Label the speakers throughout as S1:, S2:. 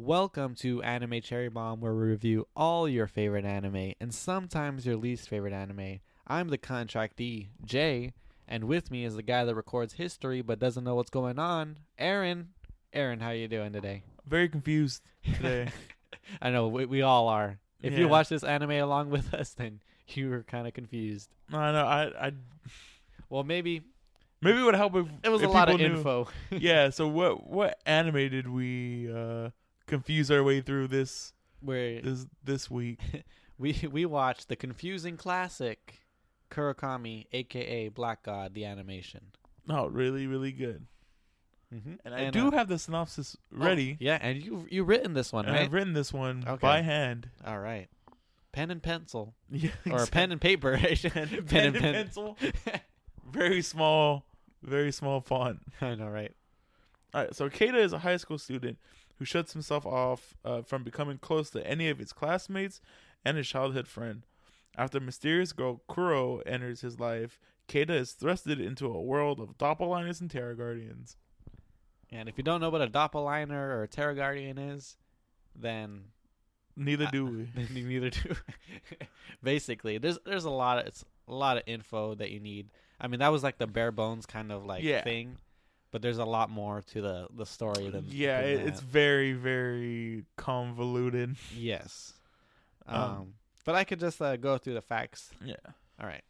S1: Welcome to Anime Cherry Bomb, where we review all your favorite anime and sometimes your least favorite anime. I'm the contractee, Jay, and with me is the guy that records history but doesn't know what's going on, Aaron. Aaron, how you doing today?
S2: Very confused today.
S1: I know we, we all are. If you
S2: Yeah.
S1: watch this anime along with us, then you were kind of confused.
S2: no, I know. I, I
S1: Well, maybe
S2: maybe it would help if
S1: it was
S2: if
S1: a lot of
S2: people knew.
S1: info.
S2: yeah. So what what anime did we uh, confuse our way through this
S1: Where
S2: this this week?
S1: we we watched the confusing classic Kurokami, aka Black God, the animation.
S2: No, Oh, really, really good.
S1: Mm-hmm.
S2: And I do have the synopsis ready.
S1: Oh, yeah, and you you written this one,
S2: and
S1: right?
S2: I've written this one
S1: Okay.
S2: by hand.
S1: All right, pen and pencil,
S2: Yeah,
S1: or pen and paper.
S2: pen, pen and pencil. Very small, very small font.
S1: I know, right?
S2: All right, so Kata is a high school student who shuts himself off uh, from becoming close to any of his classmates and his childhood friend. After mysterious girl Kuro enters his life, Kata is thrusted into a world of doppelgangers and terror guardians.
S1: And if you don't know what a doppelganger or a terror guardian is, then
S2: Neither
S1: I-
S2: do we.
S1: Then you neither do. Basically, there's there's a lot of it's a lot of info that you need. I mean, that was like the bare bones kind of like
S2: Yeah.
S1: thing, but there's a lot more to the the story than
S2: Yeah,
S1: than
S2: it, it's very, very convoluted.
S1: that. yes. Um,
S2: Um,
S1: but I could just uh, go through the facts.
S2: Yeah.
S1: All right.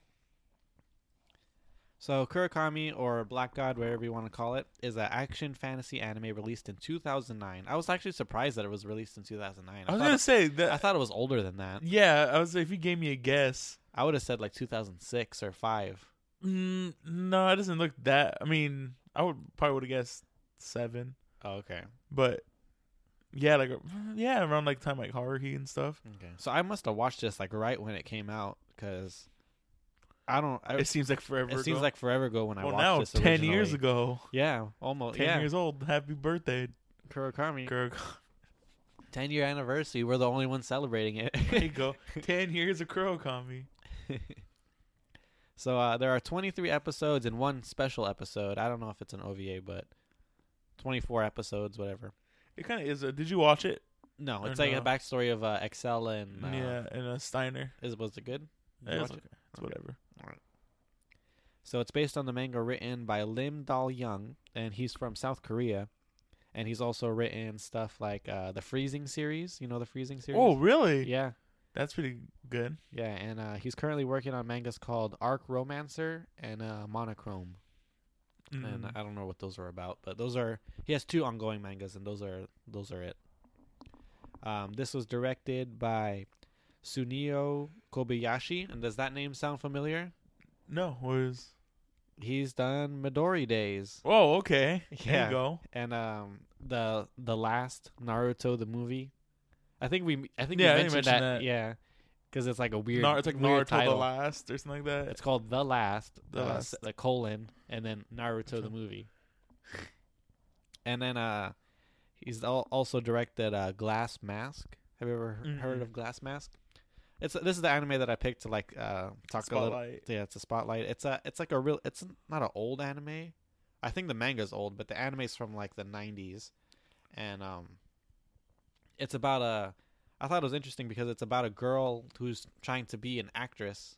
S1: So Kurokami or Black God, whatever you want to call it, is an action fantasy anime released in 2009. I was actually surprised that it was released in 2009.
S2: I
S1: I,
S2: was
S1: thought,
S2: gonna
S1: it,
S2: say
S1: I
S2: that. Mm-hmm.
S1: thought it was older than that.
S2: Yeah, I was. If you gave me a guess,
S1: I would have said like 2006 or 5.
S2: mm, no, it doesn't look that. I mean, I would probably would have guessed seven.
S1: okay.
S2: But yeah, like yeah, around like time like Haruhi and stuff.
S1: Okay. So I must have watched this like right when it came out cuz I don't I,
S2: It
S1: it,
S2: seems like forever. ago.
S1: seems like forever ago when I
S2: well
S1: watched
S2: now
S1: this
S2: ten years
S1: originally.
S2: ago,
S1: Yeah, almost.
S2: ten
S1: yeah.
S2: years old. Happy birthday,
S1: Kurokami.
S2: Kirk.
S1: 10 year anniversary. We're the only ones celebrating it.
S2: There you go. ten years of Kurokami.
S1: So uh, there are 23 episodes and one special episode. I don't know if it's an OVA, but 24 episodes, whatever.
S2: It kind of is. A, did you watch it?
S1: No,
S2: Or
S1: it's like a
S2: no.
S1: backstory of uh, Excel and uh,
S2: Yeah, in a Steiner.
S1: is was it good? Did you
S2: It's,
S1: watch
S2: okay.
S1: it?
S2: it's whatever.
S1: So it's based on the manga written by Lim Dal Young, and he's from South Korea, and he's also written stuff like uh, the Freezing series. You know the Freezing series?
S2: Oh, really?
S1: yeah,
S2: That's pretty good.
S1: yeah. And uh, he's currently working on mangas called Arc Romancer and uh, Monochrome,
S2: Mm.
S1: and uh, I don't know what those are about, but those are he has two ongoing mangas, and those are those are it. Um, this was directed by Sunio Kobayashi, and does that name sound familiar?
S2: no, was
S1: He's done Midori Days.
S2: oh okay. There
S1: Yeah.
S2: you go.
S1: and um the the last Naruto the movie. I think we I think
S2: Yeah, I
S1: we mentioned,
S2: think you mentioned
S1: that,
S2: that.
S1: yeah because it's like a weird
S2: Nar- it's like
S1: weird
S2: Naruto
S1: title.
S2: the last or something like that.
S1: It's called the last
S2: The
S1: uh,
S2: Last.
S1: s- the colon and then Naruto the
S2: Okay.
S1: movie. And then uh he's al- also directed uh Glass Mask. Have you ever he- heard
S2: Mm-mm.
S1: of Glass Mask? It's this is the anime that I picked to like uh talk a little
S2: Spotlight.
S1: yeah, it's a spotlight. It's a it's like a real it's not an old anime. I think the manga's old, but the anime's from like the 90s. And um it's about a I thought it was interesting because it's about a girl who's trying to be an actress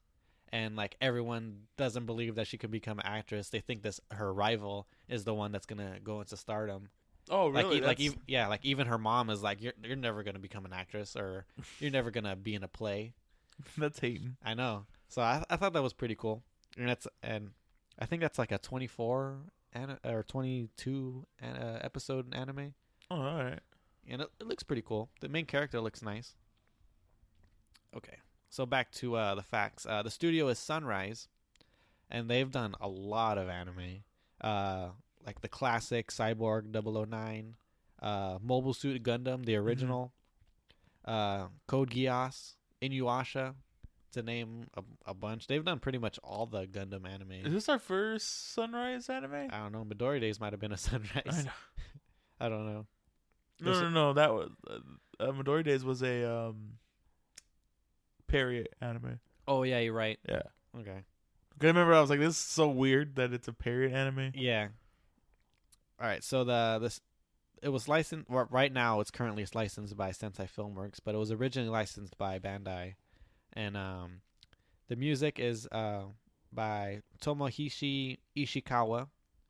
S1: and like everyone doesn't believe that she can become an actress. They think this her rival is the one that's going to go into stardom.
S2: Oh,
S1: Like
S2: really?
S1: e- like
S2: That's-
S1: ev- yeah, like even her mom is like you're you're never going to become an actress or you're never going to be in a play. e
S2: that's hating.
S1: I know. So I, I thought that was pretty cool, and that's and I think that's like a twenty four an, or twenty two an, uh, episode anime,
S2: Oh, all right.
S1: and it, it looks pretty cool. The main character looks nice. Okay, so back to uh, the facts. Uh, the studio is Sunrise, and they've done a lot of anime, uh, like the classic Cyborg 009, uh, Mobile Suit Gundam, the original, uh, Code Geass, Inuyasha, to name a, a bunch. They've done pretty much all the Gundam
S2: Is
S1: anime.
S2: this our first Sunrise anime?
S1: I don't know. Midori Days might have been a
S2: I
S1: sunrise.
S2: know.
S1: I don't know.
S2: No,
S1: This-
S2: no, no. That was uh, uh, Midori Days was a um, parody anime.
S1: Oh yeah, you're right.
S2: Yeah,
S1: Okay.
S2: I remember I was like, "This is Mm-hmm. so weird that it's a parody anime."
S1: Yeah. All right. So the this it was licensed well, right now. It's currently it's licensed by Sensei Filmworks, but it was originally licensed by Bandai, and um, the music is uh, by Tomohishi Ishikawa,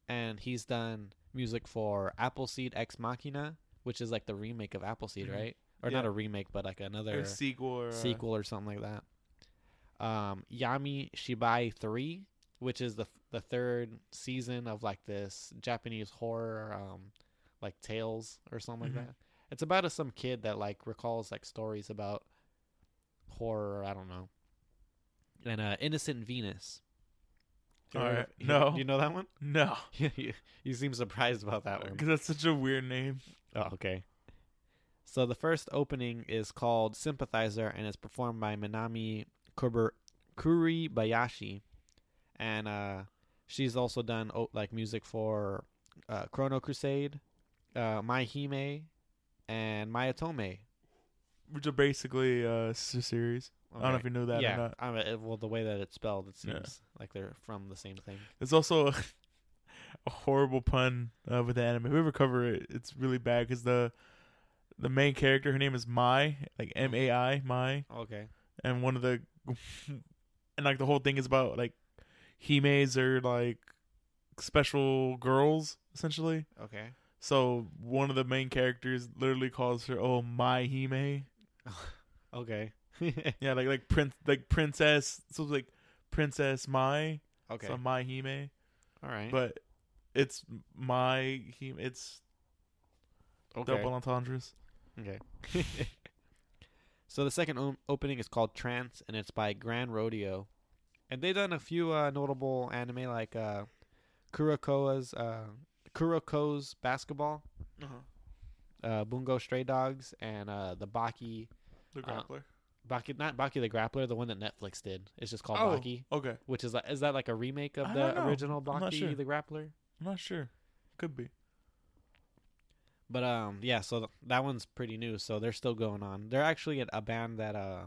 S1: and he's done music for Appleseed Ex Machina, which is like the remake of Appleseed,
S2: Mhm.
S1: right? Or not a remake, but like another
S2: Or sequel. Or, uh,
S1: sequel or something like that. Um, Yami Shibai Three, which is the the third season of like this Japanese horror, um, like tales or something
S2: Mhm.
S1: like that. It's about a, some kid that like recalls like stories about horror. I don't know. And uh, Innocent Venus. You
S2: All
S1: heard
S2: right.
S1: of- you-
S2: No.
S1: you know that one? Oh,
S2: No.
S1: you, you seem surprised about that one.
S2: Because that's such a weird name.
S1: Oh, okay. So the first opening is called Sympathizer and it's performed by Minami Kuber- Kuribayashi. And uh, she's also done oh, like music for uh, Chrono Crusade, uh, My Hime, and My Atome.
S2: Which are basically uh, sister series. I don't know if you knew that
S1: yeah,
S2: or not.
S1: I mean, it- well, the way that it's spelled, it seems
S2: Yeah.
S1: like they're from the same thing.
S2: There's also a, a horrible pun uh, with the anime. If we ever cover it, it's really bad because the the main character, her name is Mai, like M A I, Mai,
S1: Okay.
S2: and one of the and like the whole thing is about like himes are like special girls essentially.
S1: Okay.
S2: So one of the main characters literally calls her, "Oh, my hime."
S1: okay.
S2: Yeah, like like prince, like princess. So it's like princess Mai,
S1: okay. Hmm?
S2: so my hime.
S1: All right.
S2: but it's my he it's
S1: okay.
S2: double entendres.
S1: Okay. so the second o- opening is called Trance, and it's by Grand Rodeo, and they've done a few uh, notable anime like uh, Kurokoa's uh, Kuroko's Basketball,
S2: Uh-huh.
S1: uh, Bungo Stray Dogs, and uh, the Baki
S2: The
S1: Uh,
S2: grappler.
S1: Baki not Baki the Grappler, the one that Netflix did. It's just called
S2: Oh.
S1: Baki,
S2: okay,
S1: which is like is that like a remake of
S2: I don't
S1: the
S2: know.
S1: original
S2: I'm not
S1: Baki
S2: sure.
S1: the Grappler?
S2: I'm not sure. Could be.
S1: But um, yeah. So th- that one's pretty new. So they're still going on. They're actually a, a band that uh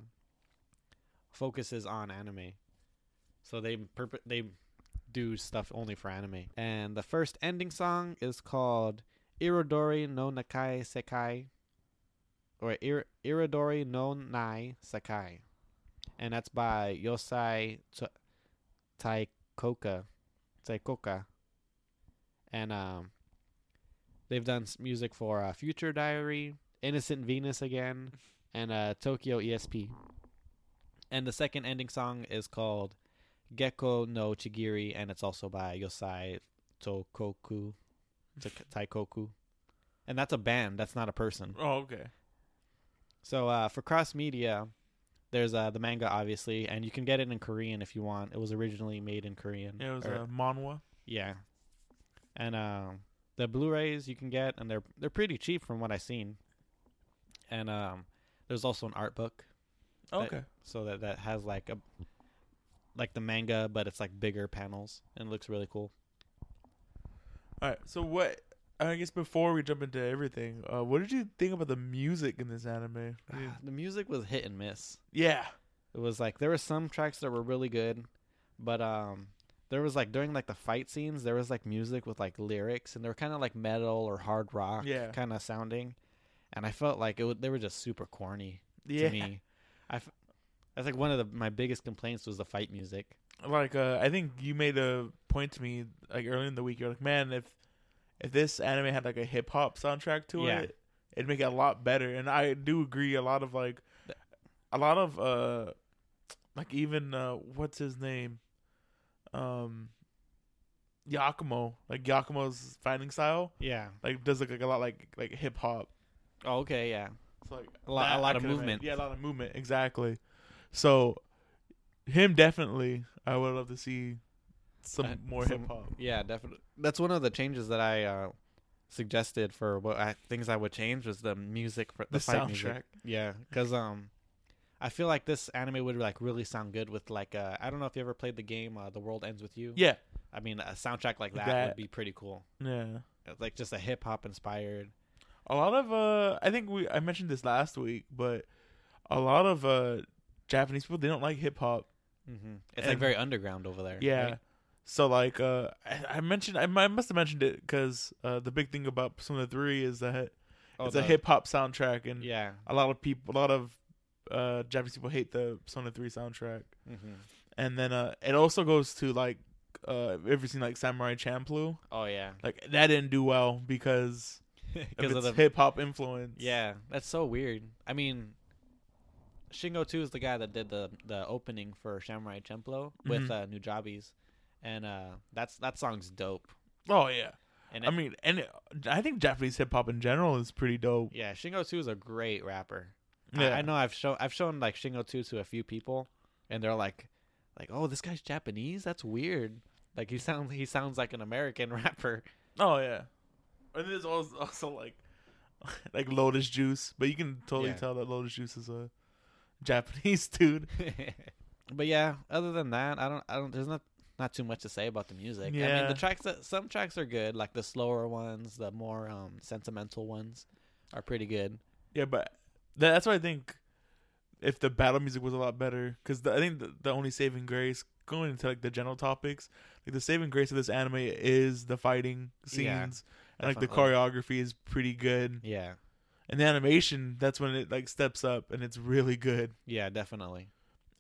S1: focuses on anime. So they perp- they do stuff only for anime. And the first ending song is called Irodori no Nakai Sekai, or Ir- Irodori no Nai Sakai, and that's by Yosai Ta- Taikoka, Taikoka, and um. They've done s- music for uh, Future Diary, Innocent Venus again, and uh, Tokyo ESP. And the second ending song is called Gecko no Chigiri, and it's also by Yosai Tokoku, Tak- Taikoku. And that's a band, that's not a person.
S2: Oh, okay.
S1: So uh, for cross media, there's uh, the manga, obviously, and you can get it in Korean if you want. It was originally made in Korean.
S2: Yeah, it was uh,
S1: or-
S2: a manhwa.
S1: yeah, and um, the Blu-rays you can get, and they're they're pretty cheap from what I've seen. And um, there's also an art book,
S2: Okay.
S1: so that that has like a like the manga, but it's like bigger panels and it looks really cool.
S2: All right. So what? I guess before we jump into everything, uh, what did you think about the music in this anime?
S1: the music was hit and miss.
S2: yeah.
S1: It was like there were some tracks that were really good, but um, there was like during like the fight scenes, there was like music with like lyrics, and they were kind of like metal or hard rock,
S2: Yeah.
S1: kind of sounding. And I felt like it w- they were just super corny. to
S2: Yeah.
S1: me. I f- that's like one of the, my biggest complaints was the fight music.
S2: Like uh, I think you made a point to me like earlier in the week. You're like, man, if if this anime had like a hip hop soundtrack to
S1: Yeah.
S2: it, it'd make it a lot better. And I do agree. A lot of like,
S1: Th-
S2: a lot of uh, like even uh, what's his name, um, Yakumo. Like Yakumo's fighting style
S1: Yeah.
S2: like does look like a lot like like hip hop.
S1: Oh, okay. Yeah.
S2: It's like
S1: A lot- a lot
S2: I
S1: of
S2: could've made-
S1: movement.
S2: Yeah, a lot of movement. Exactly. So him definitely. I would love to see some
S1: Uh,
S2: more
S1: some-
S2: hip hop.
S1: Yeah, definitely. That's one of the changes that I uh, suggested for what I, things I would change was the music for the,
S2: The,
S1: fight
S2: soundtrack.
S1: music. Yeah, because um, I feel like this anime would like really sound good with like uh, I don't know if you ever played the game uh, The World Ends with You.
S2: Yeah.
S1: I mean, a soundtrack like that,
S2: That-
S1: would be pretty cool.
S2: Yeah.
S1: Like just a hip hop inspired.
S2: A lot of uh I think we I mentioned this last week, but a lot of uh Japanese people they don't like hip hop.
S1: Mm-hmm. It's like
S2: And-
S1: very underground over there.
S2: Yeah.
S1: right?
S2: So like uh, I, I mentioned, I, I must have mentioned it because uh, the big thing about Persona Three is that
S1: Oh,
S2: it's a
S1: the-
S2: hip hop soundtrack, and
S1: Yeah.
S2: a lot of people, a lot of uh, Japanese people hate the Persona Three soundtrack.
S1: mm-hmm.
S2: And then uh, it also goes to like, uh, if you ever seen like Samurai Champloo?
S1: Oh yeah.
S2: Like that didn't do well because of
S1: Because
S2: its
S1: of the
S2: hip hop influence.
S1: yeah, that's so weird. I mean, Shingo Two is the guy that did the the opening for Samurai Champloo with
S2: Mhm.
S1: uh, Nujabes, and uh, that's that song's dope.
S2: Oh yeah.
S1: And
S2: I
S1: it-
S2: mean, and it, I think Japanese hip hop in general is pretty dope.
S1: yeah, Shingo Two is a great rapper. I-
S2: Yeah.
S1: I, know I've shown I've shown like Shingo Two to a few people, and they're like, like, oh, this guy's Japanese. That's weird. Like he sounds he sounds like an American rapper.
S2: Oh yeah, and there's also, also like like Lotus Juice, but you can totally
S1: Yeah.
S2: tell that Lotus Juice is a Japanese dude.
S1: but yeah, other than that, I don't I don't there's not not too much to say about the music. I mean,
S2: Yeah.
S1: the tracks that some tracks are good, like the slower ones, the more um sentimental ones are pretty good.
S2: Yeah, but tha- that's why I think if the battle music was a lot better, because I think the, the only saving grace going into like the general topics, like the saving grace of this anime is the fighting scenes.
S1: Yeah,
S2: and like the
S1: definitely.
S2: choreography is pretty good,
S1: Yeah.
S2: and the animation that's when it like steps up and it's really good.
S1: Yeah, definitely.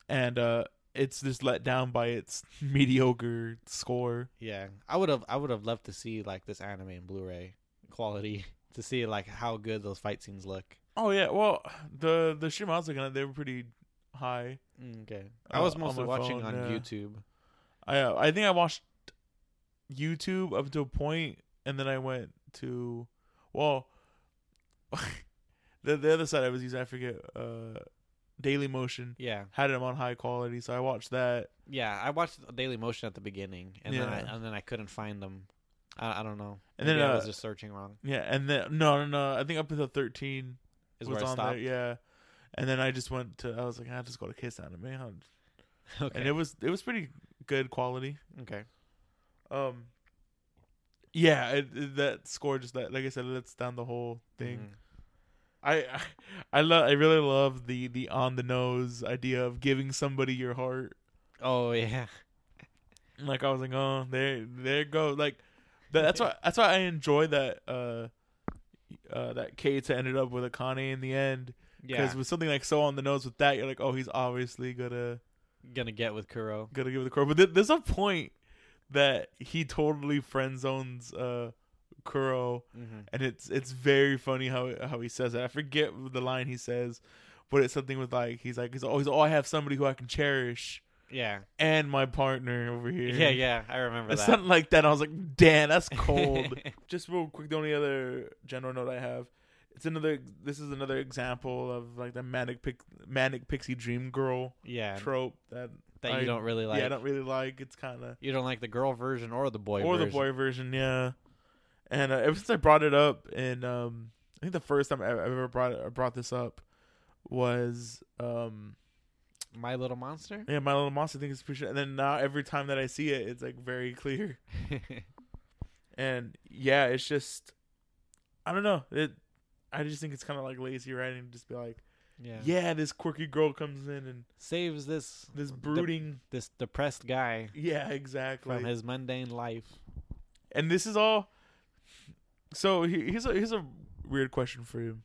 S2: And uh it's just let down by its mediocre score.
S1: Yeah. I would have I would have loved to see like this anime in Blu-ray quality to see like how good those fight scenes look.
S2: Oh yeah, well the the stream I was looking at they were pretty high.
S1: Okay. I
S2: Uh,
S1: was
S2: on
S1: mostly
S2: my
S1: watching
S2: phone,
S1: on
S2: yeah.
S1: YouTube.
S2: I uh, I think I watched YouTube up to a point, and then I went to well, the the other side I was using I forget uh, Daily Motion
S1: Yeah.
S2: had them on high quality, so I watched that.
S1: Yeah, I watched Daily Motion at the beginning and then
S2: Yeah.
S1: I, and then I couldn't find them. I, I don't know.
S2: And
S1: Maybe
S2: then,
S1: I
S2: uh,
S1: was just searching wrong.
S2: Yeah, and then no no no I think up until thirteen
S1: Is
S2: was
S1: where I
S2: on
S1: stopped.
S2: there yeah, and then I just went to I was like I just go to Kiss Anime, huh?"
S1: Okay.
S2: and it was it was pretty good quality.
S1: okay.
S2: Um. Yeah, it, it- that score just that like I said, it lets down the whole thing.
S1: Mhm.
S2: I I, I love I really love the the on the nose idea of giving somebody your heart.
S1: Oh yeah.
S2: Like I was like, oh, there there go. Like that, that's why that's why I enjoy that uh uh that Keita ended up with Akane in the end
S1: Yeah.
S2: because with something like so on the nose with that, you're like, oh, he's obviously gonna
S1: gonna get with Kuro.
S2: gonna give it the core. But th- there's a point that he totally friend zones uh Kuro.
S1: Mm-hmm.
S2: and it's it's very funny how how he says it. I forget the line he says, but it's something with like he's like he's always oh I have somebody who I can cherish
S1: Yeah.
S2: and my partner over here.
S1: Yeah, yeah. I remember
S2: It's
S1: that.
S2: something like that. I was like, damn, that's cold. Just real quick, the only other general note I have, it's another. This is another example of like the manic pic, manic pixie dream girl
S1: yeah.
S2: trope that
S1: That
S2: I-
S1: you don't really like.
S2: yeah I don't really like. It's kind of
S1: you don't like the girl version or the boy
S2: or
S1: version.
S2: the boy version, yeah. And uh, ever since I brought it up, and um, I think the first time I I ever brought it, brought this up was um,
S1: My Little Monster?
S2: yeah, My Little Monster. I think it's pretty. Sure. And then now every time that I see it, it's like very clear. And yeah, it's just I don't know. It I just think it's kind of like lazy writing. Just be like,
S1: yeah.
S2: yeah. this quirky girl comes in and
S1: Saves this
S2: this
S1: dep-
S2: brooding.
S1: this depressed guy
S2: yeah, exactly.
S1: from his mundane life.
S2: and this is all. So he- here's a here's a weird question for you.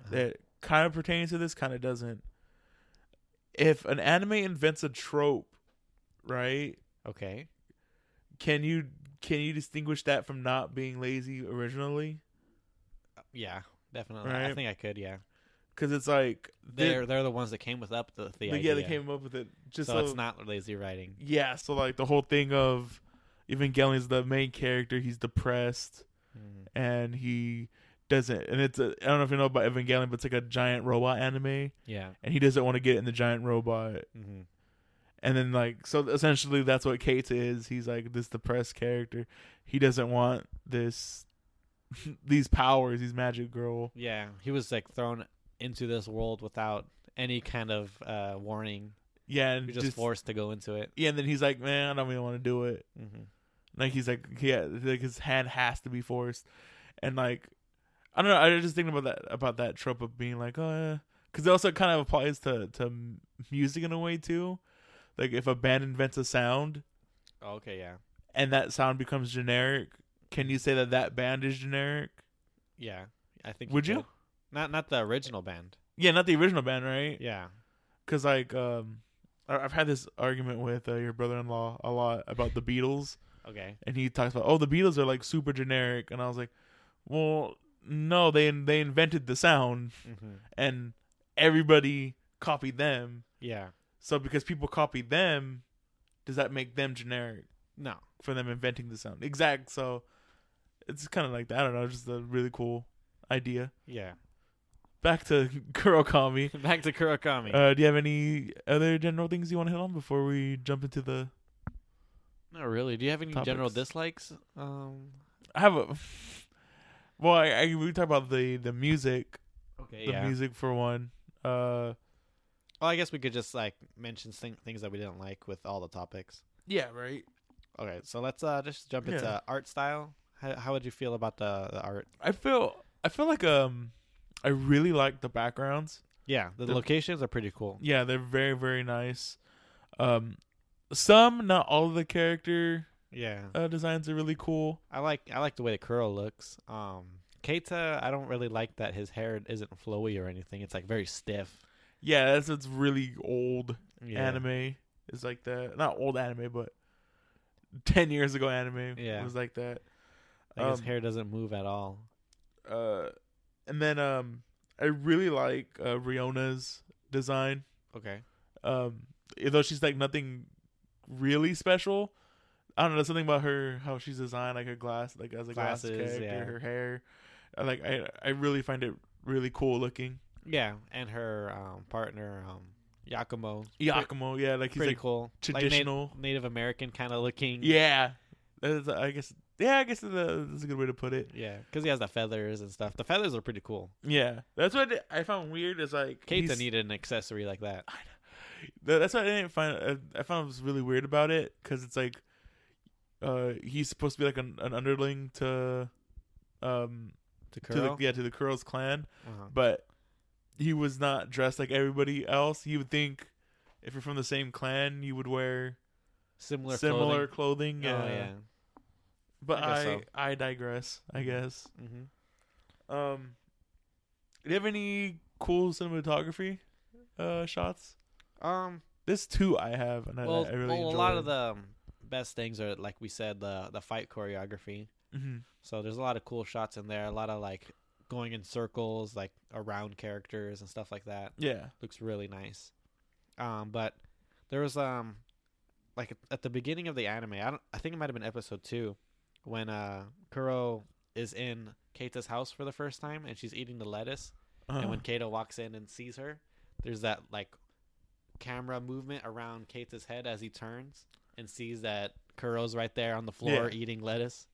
S1: Uh-huh.
S2: that kind of pertains to this, kind of doesn't. If an anime invents a trope, right?
S1: Okay.
S2: Can you can you distinguish that from not being lazy originally?
S1: Uh, Yeah, definitely. I
S2: Right.
S1: think I could, yeah.
S2: Because it's like
S1: They're
S2: they're,
S1: they're the ones that came with up the, the
S2: yeah,
S1: idea.
S2: they came up with it. Just
S1: so,
S2: so,
S1: it's not lazy writing.
S2: yeah. So like the whole thing of Evangelion's the main character. He's depressed Mm-hmm.
S1: Mhm.
S2: and he doesn't. And it's a, I don't know if you know about Evangelion, but it's like a giant robot anime,
S1: Yeah.
S2: and he doesn't want to get in the giant robot.
S1: hmm
S2: And then like so essentially that's what Kate is. He's like this depressed character. He doesn't want this these powers, these magic girl.
S1: Yeah, he was like thrown into this world without any kind of uh, warning.
S2: Yeah,
S1: He
S2: and
S1: was
S2: just,
S1: just forced to go into it.
S2: yeah, and then he's like, Man, I don't even want to do it.
S1: Mm-hmm.
S2: Like he's like yeah, like his hand has to be forced. And like I don't know, I was just thinking about that about that trope of being like, oh yeah. Cause it also kind of applies to to music in a way too. Like if a band invents a sound
S1: Oh, okay, yeah,
S2: and that sound becomes generic, can you say that that band is generic?
S1: Yeah, I think.
S2: Would you?
S1: could. Not not the original band.
S2: Yeah, not the original band, right?
S1: Yeah.
S2: Because like, um, I- I've had this argument with uh, your brother-in-law a lot about the Beatles,
S1: Okay.
S2: and he talks about, oh, the Beatles are like super generic, and I was like, well, no, they they invented the sound,
S1: hmm
S2: and everybody copied them.
S1: Yeah.
S2: So because people copied them, does that make them generic
S1: No.
S2: for them inventing the sound? Exact. So it's kind of like that. I don't know, just a really cool idea.
S1: Yeah.
S2: Back to Kurokami.
S1: Back to Kurokami.
S2: Uh, do you have any other general things you want to hit on before we jump into the?
S1: Not really. Do you have any general
S2: topics.
S1: dislikes? Um.
S2: I have a. Well, I, I we talk about the the music,
S1: Okay.
S2: the music for one. Uh,
S1: Well, I guess we could just like mention thing- things that we didn't like with all the topics.
S2: yeah, right.
S1: Okay, so let's uh just jump
S2: Yeah.
S1: into art style. How, how would you feel about the, the art?
S2: I feel I feel like um, I really like the backgrounds.
S1: Yeah, the,
S2: The-
S1: locations are pretty cool.
S2: Yeah, they're very very nice. Um, some not all of the character
S1: Yeah,
S2: uh, designs are really cool.
S1: I like I like the way the curl looks. Um, Keita, I don't really like that his hair isn't flowy or anything. It's like very stiff.
S2: Yeah, that's it's really old
S1: Yeah.
S2: anime is like that. Not old anime, but ten years ago anime
S1: Yeah.
S2: was like that.
S1: Like his
S2: um,
S1: hair doesn't move at all.
S2: Uh, and then um, I really like uh, Riona's design.
S1: Okay.
S2: Um, though she's like nothing really special. I don't know something about her how she's designed, like her glass, like as a
S1: Glasses,
S2: glass character,
S1: yeah.
S2: her hair. I Like I, I really find it really cool looking.
S1: Yeah, and her um, partner um, Yakumo,
S2: Yakumo, yeah, like he's
S1: pretty
S2: like
S1: cool, Like na-
S2: traditional.
S1: Native American kind of looking.
S2: yeah, that's, I guess. Yeah, I guess that's a, that's a good way to put it.
S1: yeah, because he has the feathers and stuff. The feathers are pretty cool.
S2: Yeah, that's what I found weird is like
S1: Keita
S2: he's-
S1: needed an accessory like that.
S2: Th- That's what I didn't find. uh, I, I found it was really weird about it because it's like, uh, he's supposed to be like an, an underling to, um,
S1: To
S2: to the
S1: curl.
S2: yeah to the Curls clan,
S1: Uh-huh.
S2: but he was not dressed like everybody else. You would think if you're from the same clan, you would wear
S1: Similar.
S2: similar
S1: clothing.
S2: clothing. yeah.
S1: Oh yeah.
S2: But
S1: I
S2: I I,
S1: guess so.
S2: digress. I guess.
S1: Mm-hmm.
S2: Um, do you have any cool cinematography, uh, shots?
S1: Um,
S2: This two I have, and I,
S1: well,
S2: I really
S1: well, a lot of
S2: enjoyed.
S1: the um, best things are like we said the the fight choreography.
S2: Mhm.
S1: So there's a lot of cool shots in there. A lot of like going in circles, like around characters and stuff like that.
S2: yeah.
S1: Looks really nice. Um, but there was um, like at- at the beginning of the anime, I don't, I think it might have been episode two, when uh Kuro is in Keita's house for the first time and she's eating the lettuce.
S2: Uh-huh.
S1: And when Kato walks in and sees her, there's that like camera movement around Kato's head as he turns and sees that Kuro's right there on the floor eating lettuce.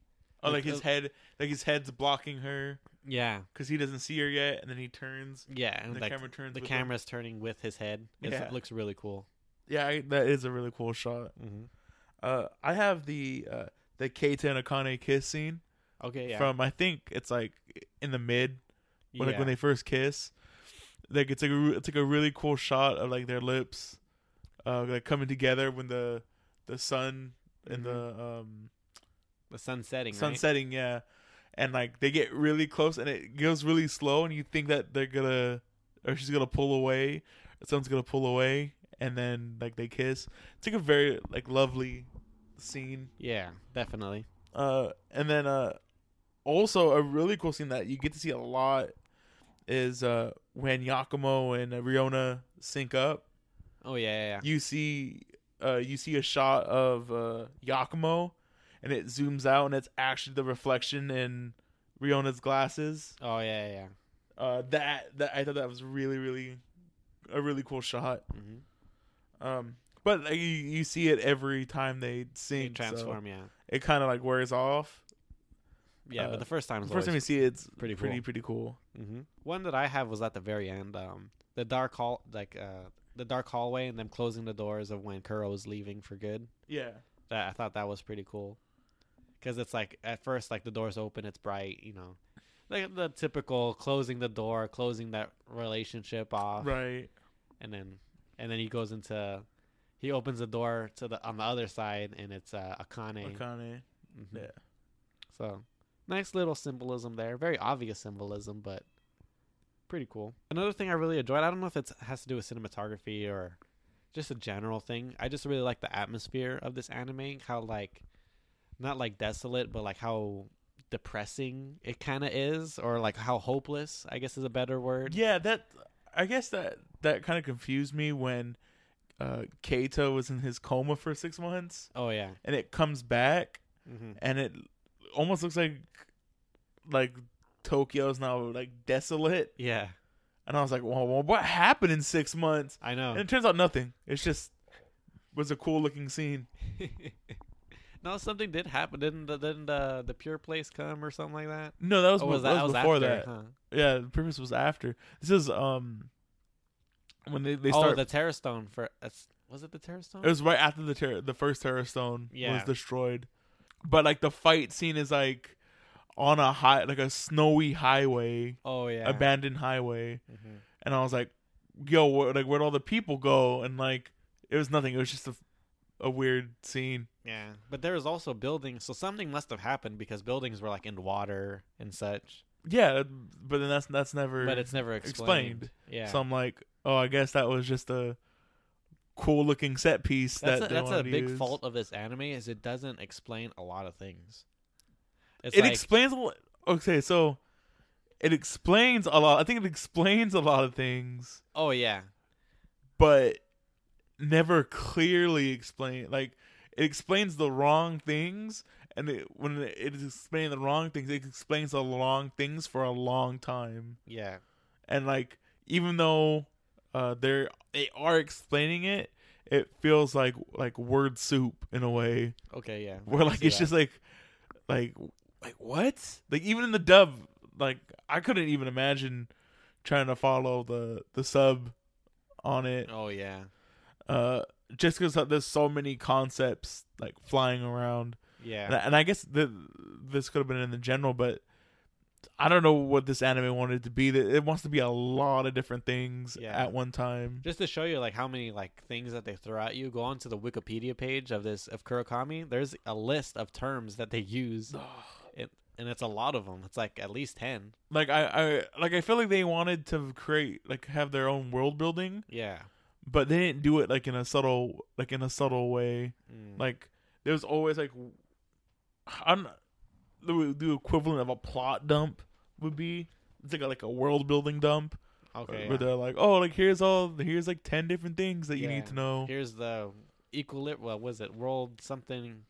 S2: Oh, like
S1: Like,
S2: his
S1: uh,
S2: head, like his head's blocking her
S1: Yeah,
S2: because he doesn't see her yet, and then he turns.
S1: yeah, and
S2: And the
S1: like
S2: camera turns.
S1: the
S2: with him.
S1: camera's turning with his head. It's,
S2: Yeah.
S1: It looks really cool.
S2: Yeah, I, that is a really cool shot.
S1: Mm-hmm.
S2: Uh, I have the uh, the Keita and Akane kiss scene
S1: Okay, yeah,
S2: from I think it's like in the mid when like when
S1: Yeah.
S2: they first kiss. Like it's like a, re- it's like a really cool shot of like their lips, uh, like coming together when the the sun and
S1: Mm-hmm.
S2: the um
S1: the sun setting,
S2: sun setting, yeah. And like they get really close, and it goes really slow, and you think that they're gonna or she's gonna pull away, or someone's gonna pull away, and then like they kiss. It's like a very like lovely scene.
S1: Right? Yeah, definitely.
S2: Uh, and then uh, also a really cool scene that you get to see a lot is uh when Yakumo and Riona sync up.
S1: Oh yeah, yeah, yeah.
S2: You see, uh, you see a shot of uh, Yakumo, and it zooms out, and it's actually the reflection in Riona's glasses.
S1: Oh yeah, yeah.
S2: Uh, that that I thought that was really really a really cool shot.
S1: Mm-hmm.
S2: Um, but like, you you see it every time they
S1: They
S2: sing, transform.
S1: transform, yeah,
S2: it kind of like wears off.
S1: yeah.
S2: Uh,
S1: but the first time,
S2: The
S1: is
S2: first time you see it, it's
S1: pretty
S2: pretty pretty
S1: cool.
S2: pretty cool.
S1: Mm-hmm. One that I have was at the very end. Um, the dark hall, like uh, the dark hallway, and them closing the doors of when Kuro was leaving for good.
S2: Yeah,
S1: That I thought that was pretty cool, because it's like at first, like the doors open, it's bright, you know, like the typical closing the door, closing that relationship off,
S2: right.
S1: and then and then he goes into He opens the door to the on the other side, and it's uh, Akane.
S2: Akane.
S1: Mhm.
S2: Yeah.
S1: So nice little symbolism there. Very obvious symbolism, but pretty cool. Another thing I really enjoyed. I don't know if it has to do with cinematography or just a general thing. I just really like the atmosphere of this anime. How like not like desolate, but like how depressing it kind of is, or like how hopeless. I guess is a better word.
S2: Yeah, that I guess that that kind of confused me when uh Kato was in his coma for 6 months
S1: Oh yeah.
S2: and it comes back
S1: hmm
S2: and it almost looks like like Tokyo's now like desolate
S1: Yeah,
S2: and I was like, "Well, well, what happened in 6 months?"
S1: I know.
S2: And it turns out nothing. It's just was a cool looking scene.
S1: no, something did happen. Didn't the, didn't the, the pure place come or something like Oh, that?
S2: No, that was,
S1: Or
S2: be- that was before
S1: after,
S2: that.
S1: huh?
S2: Yeah, the purpose was after. This is um when they they
S1: oh,
S2: start.
S1: the Terra Stone for that's- was it the Terra Stone?
S2: it was right after the terror, the first Terror Stone was
S1: Yeah.
S2: destroyed, but like the fight scene is like on a high, like a snowy highway,
S1: oh yeah.
S2: abandoned highway,
S1: Mhm.
S2: and I was like, "Yo, where, like where'd all the people go?" And like it was nothing. It was just a a weird scene.
S1: Yeah, but there was also buildings, so something must have happened because buildings were like in water and such.
S2: Yeah, but then that's that's never.
S1: But it's never explained.
S2: explained.
S1: Yeah,
S2: So I'm like, oh, I guess that was just a cool looking set piece.
S1: that's
S2: that
S1: a,
S2: they
S1: that's a
S2: wanted to
S1: big
S2: use.
S1: fault of this anime is it doesn't explain a lot of things. It's
S2: it
S1: like,
S2: explains a lot. Okay, so it explains a lot. I think it explains a lot of things,
S1: oh yeah,
S2: but never clearly explain. Like it explains the wrong things, and it, when it is explaining the wrong things, it explains the wrong things for a long time.
S1: yeah,
S2: And like even though uh, they're they are explaining it, it feels like like word soup in a way
S1: okay, yeah. I
S2: where
S1: can
S2: like
S1: see
S2: it's
S1: that.
S2: just like like like what like even in the dub like i couldn't even imagine trying to follow the the sub on it
S1: oh yeah,
S2: uh just because there's so many concepts like flying around and,
S1: yeah.
S2: I- and i guess the, this could have been in the general but i don't know what this anime wanted to be That it wants to be a lot of different things
S1: Yeah.
S2: at one time
S1: Just to show you like how many like things that they throw at you, go onto the Wikipedia page of this of Kurokami. There's a list of terms that they use it, and it's a lot of them. It's like at least ten.
S2: like I, I like i feel like they wanted to create like have their own world building
S1: Yeah.
S2: but they didn't do it like in a subtle like in a subtle way
S1: Mm.
S2: like there's always like i'm the, the equivalent of a plot dump would be it's like a, like a world building dump
S1: okay.
S2: where
S1: yeah.
S2: they're like oh like here's all here's like 10 different things that you
S1: Yeah.
S2: need to know
S1: Here's the equilibrium. What was it? World something.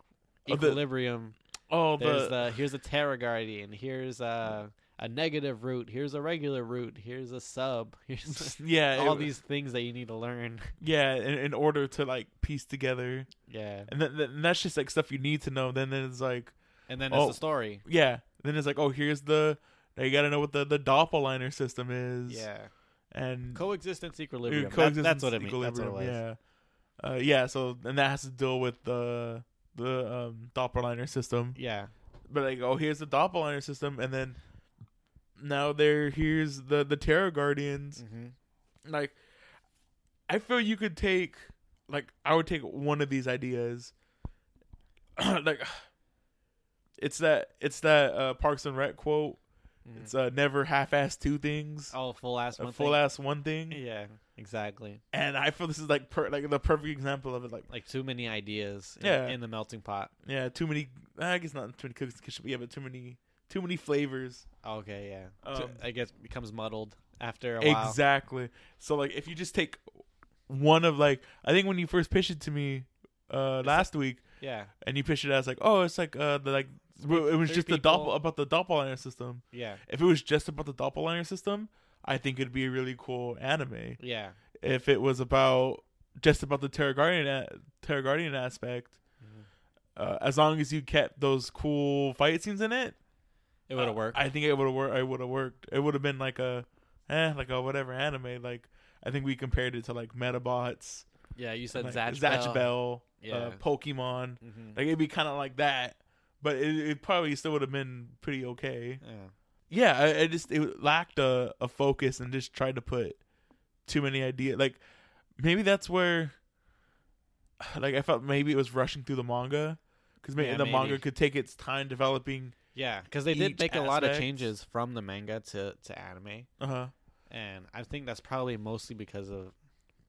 S2: Oh, the-
S1: Equilibrium.
S2: oh
S1: There's
S2: the,
S1: the here's a Terra Guardian. Here's a a negative root. Here's a regular root. Here's a sub. Here's
S2: yeah
S1: all
S2: it-
S1: these things that you need to learn.
S2: yeah in, in order to like piece together
S1: Yeah.
S2: and, th- th- and that's just like stuff you need to know then it's like
S1: And then
S2: Oh.
S1: it's the story.
S2: yeah then it's like oh here's the now you gotta know what the the doppelganger system is
S1: Yeah.
S2: and
S1: Coexistence equilibrium.
S2: Dude,
S1: That-
S2: coexistence
S1: that's what it means. That's what it
S2: equilibrium,
S1: was.
S2: Yeah. Uh, yeah. So and that has to deal with the the um, doppelganger system.
S1: Yeah.
S2: But like, oh, here's the doppelganger system, and then now there here's the the terror guardians.
S1: hmm
S2: Like, I feel you could take like I would take one of these ideas. like, it's that it's that uh, Parks and Rec quote.
S1: Mhm.
S2: It's uh, never half-ass two things.
S1: Oh, full ass
S2: a
S1: one.
S2: full
S1: thing.
S2: ass one thing,
S1: Yeah. Exactly.
S2: and I feel this is like per- like the perfect example of it. Like,
S1: Like too many ideas. in-
S2: Yeah.
S1: In the melting pot.
S2: Yeah, too many. I guess not too many cookies in the kitchen, but yeah, but too many, too many flavors.
S1: Okay, yeah. So
S2: Um,
S1: I guess it becomes muddled after a while.
S2: Exactly. So like, if you just take one of like, I think when you first pitched it to me uh last week,
S1: Yeah,
S2: and you pitched it as like, oh, it's like uh the like it was
S1: three
S2: just the
S1: people.
S2: doppel about the doppelganger system.
S1: yeah,
S2: If it was just about the doppelganger system, I think it'd be a really cool anime.
S1: yeah.
S2: If it was about just about the Terra Guardian a- Terra Guardian aspect,
S1: Mm-hmm.
S2: uh, as long as you kept those cool fight scenes in it.
S1: It would have worked.
S2: Uh, I think it would have worked. It would have worked. It would have been like a, eh, like a whatever anime. Like I think we compared it to like Metabots,
S1: yeah, you said
S2: like
S1: Zatch
S2: Zatch
S1: Bell.
S2: Bell, uh,
S1: Yeah.
S2: Pokemon.
S1: Mhm.
S2: Like it'd be kind of like that, but it, it probably still would have been pretty okay.
S1: Yeah.
S2: Yeah, I, I just it lacked a, a focus and just tried to put too many ideas. Like maybe that's where like I felt maybe it was rushing through the manga because maybe
S1: Yeah,
S2: the manga
S1: maybe.
S2: could take its time developing.
S1: Yeah, because they did
S2: Each
S1: make a lot of
S2: aspect.
S1: changes from the manga to to anime,
S2: Uh huh.
S1: and I think that's probably mostly because of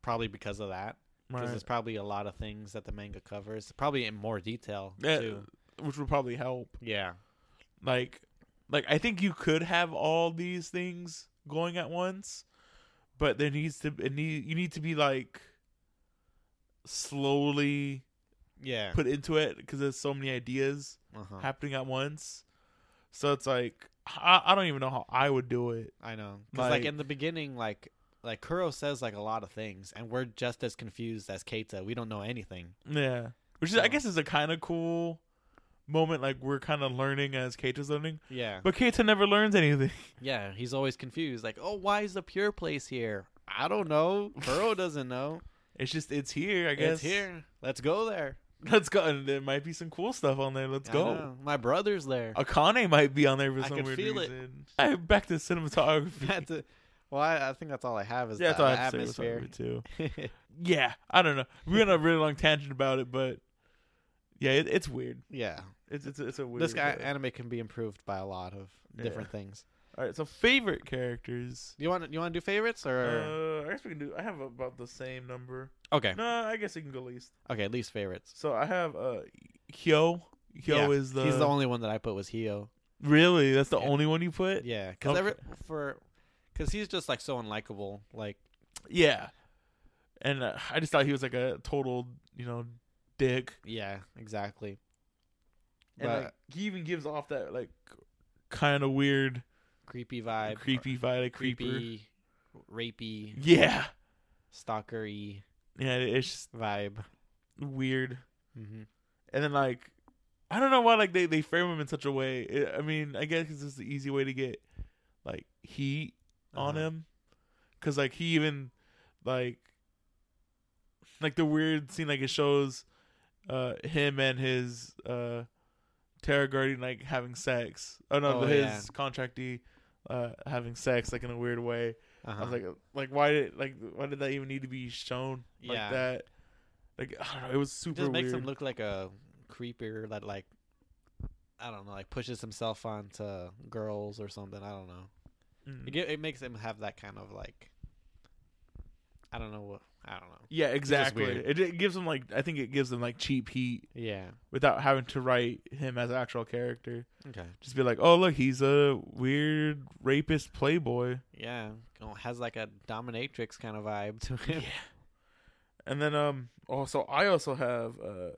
S1: probably because of that because
S2: Right.
S1: there's probably a lot of things that the manga covers, probably in more detail
S2: Yeah,
S1: too.
S2: which would probably help.
S1: Yeah,
S2: Like, like I think you could have all these things going at once, but there needs to it need you need to be like slowly
S1: yeah,
S2: put into it because there's so many ideas
S1: uh-huh.
S2: happening at once. So it's like I, I don't even know how I would do it.
S1: I know. Because like,
S2: Like-
S1: in the beginning, like like Kuro says like a lot of things, and we're just as confused as Keita. We don't know anything.
S2: Yeah, which is I
S1: Yeah.
S2: guess is a kind of cool moment. Like we're kind of learning as Keita's learning,
S1: Yeah,
S2: but Keita never learns anything.
S1: yeah. He's always confused. Like, oh, why is the pure place here? I don't know. Kuro doesn't know.
S2: It's just it's here. I guess
S1: It's here. Let's go there.
S2: Let's go. And there might be some cool stuff on there. Let's
S1: I
S2: go.
S1: know. My brother's there.
S2: Akane might be on there for
S1: I
S2: some
S1: can
S2: weird
S1: feel it.
S2: reason. I, back to cinematography.
S1: That's it. well, I, I think that's all I have is
S2: yeah, I
S1: the,
S2: thought I
S1: the
S2: had to say what's up
S1: atmosphere.
S2: with it, too. Yeah, I don't know. We went on a really long tangent about it, but yeah, it, it's weird.
S1: yeah,
S2: It's it's it's a weird.
S1: this guy
S2: uh,
S1: anime can be improved by a lot of
S2: Yeah.
S1: different things.
S2: All right, so favorite characters.
S1: You want you want to do favorites or
S2: Uh, I guess we can do. I have about the same number.
S1: okay
S2: No, I guess we can go least.
S1: okay least favorites.
S2: So I have uh, Hyo. Hyo
S1: Yeah,
S2: is the
S1: He's the only one that I put was Hio.
S2: really. That's the
S1: Yeah.
S2: only one you put.
S1: Yeah, because
S2: Okay.
S1: for because he's just like so unlikable. Like
S2: Yeah. And uh, I just thought he was like a total, you know, dick.
S1: yeah, exactly.
S2: And
S1: But-
S2: like, he even gives off that like kind of weird,
S1: Creepy vibe,
S2: creepy vibe, like creeper.
S1: creepy, rapey,
S2: Yeah.
S1: stalkery
S2: Yeah, it- it's just
S1: vibe.
S2: weird.
S1: hmm
S2: And then like I don't know why like they they frame him in such a way. I I mean, I guess 'cause it's the easy way to get like heat on
S1: Uh-huh.
S2: him because like he even like like the weird scene like it shows uh him and his uh terror guardian like having sex oh no
S1: Oh,
S2: his
S1: yeah.
S2: contractee uh having sex like in a weird way
S1: Uh-huh.
S2: i was like like why did like why did that even need to be shown like
S1: Yeah.
S2: that like i don't know it was super
S1: just makes
S2: weird
S1: him look like a creeper that like I don't know, like pushes himself onto girls or something. I don't know.
S2: Mm.
S1: It, gi- it makes him have that kind of like I don't know what I don't know.
S2: yeah
S1: just
S2: exactly
S1: weird.
S2: it, it gives him like i think it gives him like cheap heat
S1: Yeah.
S2: without having to write him as an actual character
S1: Okay.
S2: just be like, oh look, he's a weird rapist playboy.
S1: Yeah. Oh, Has like a dominatrix kind of vibe to him.
S2: And then um also I also have uh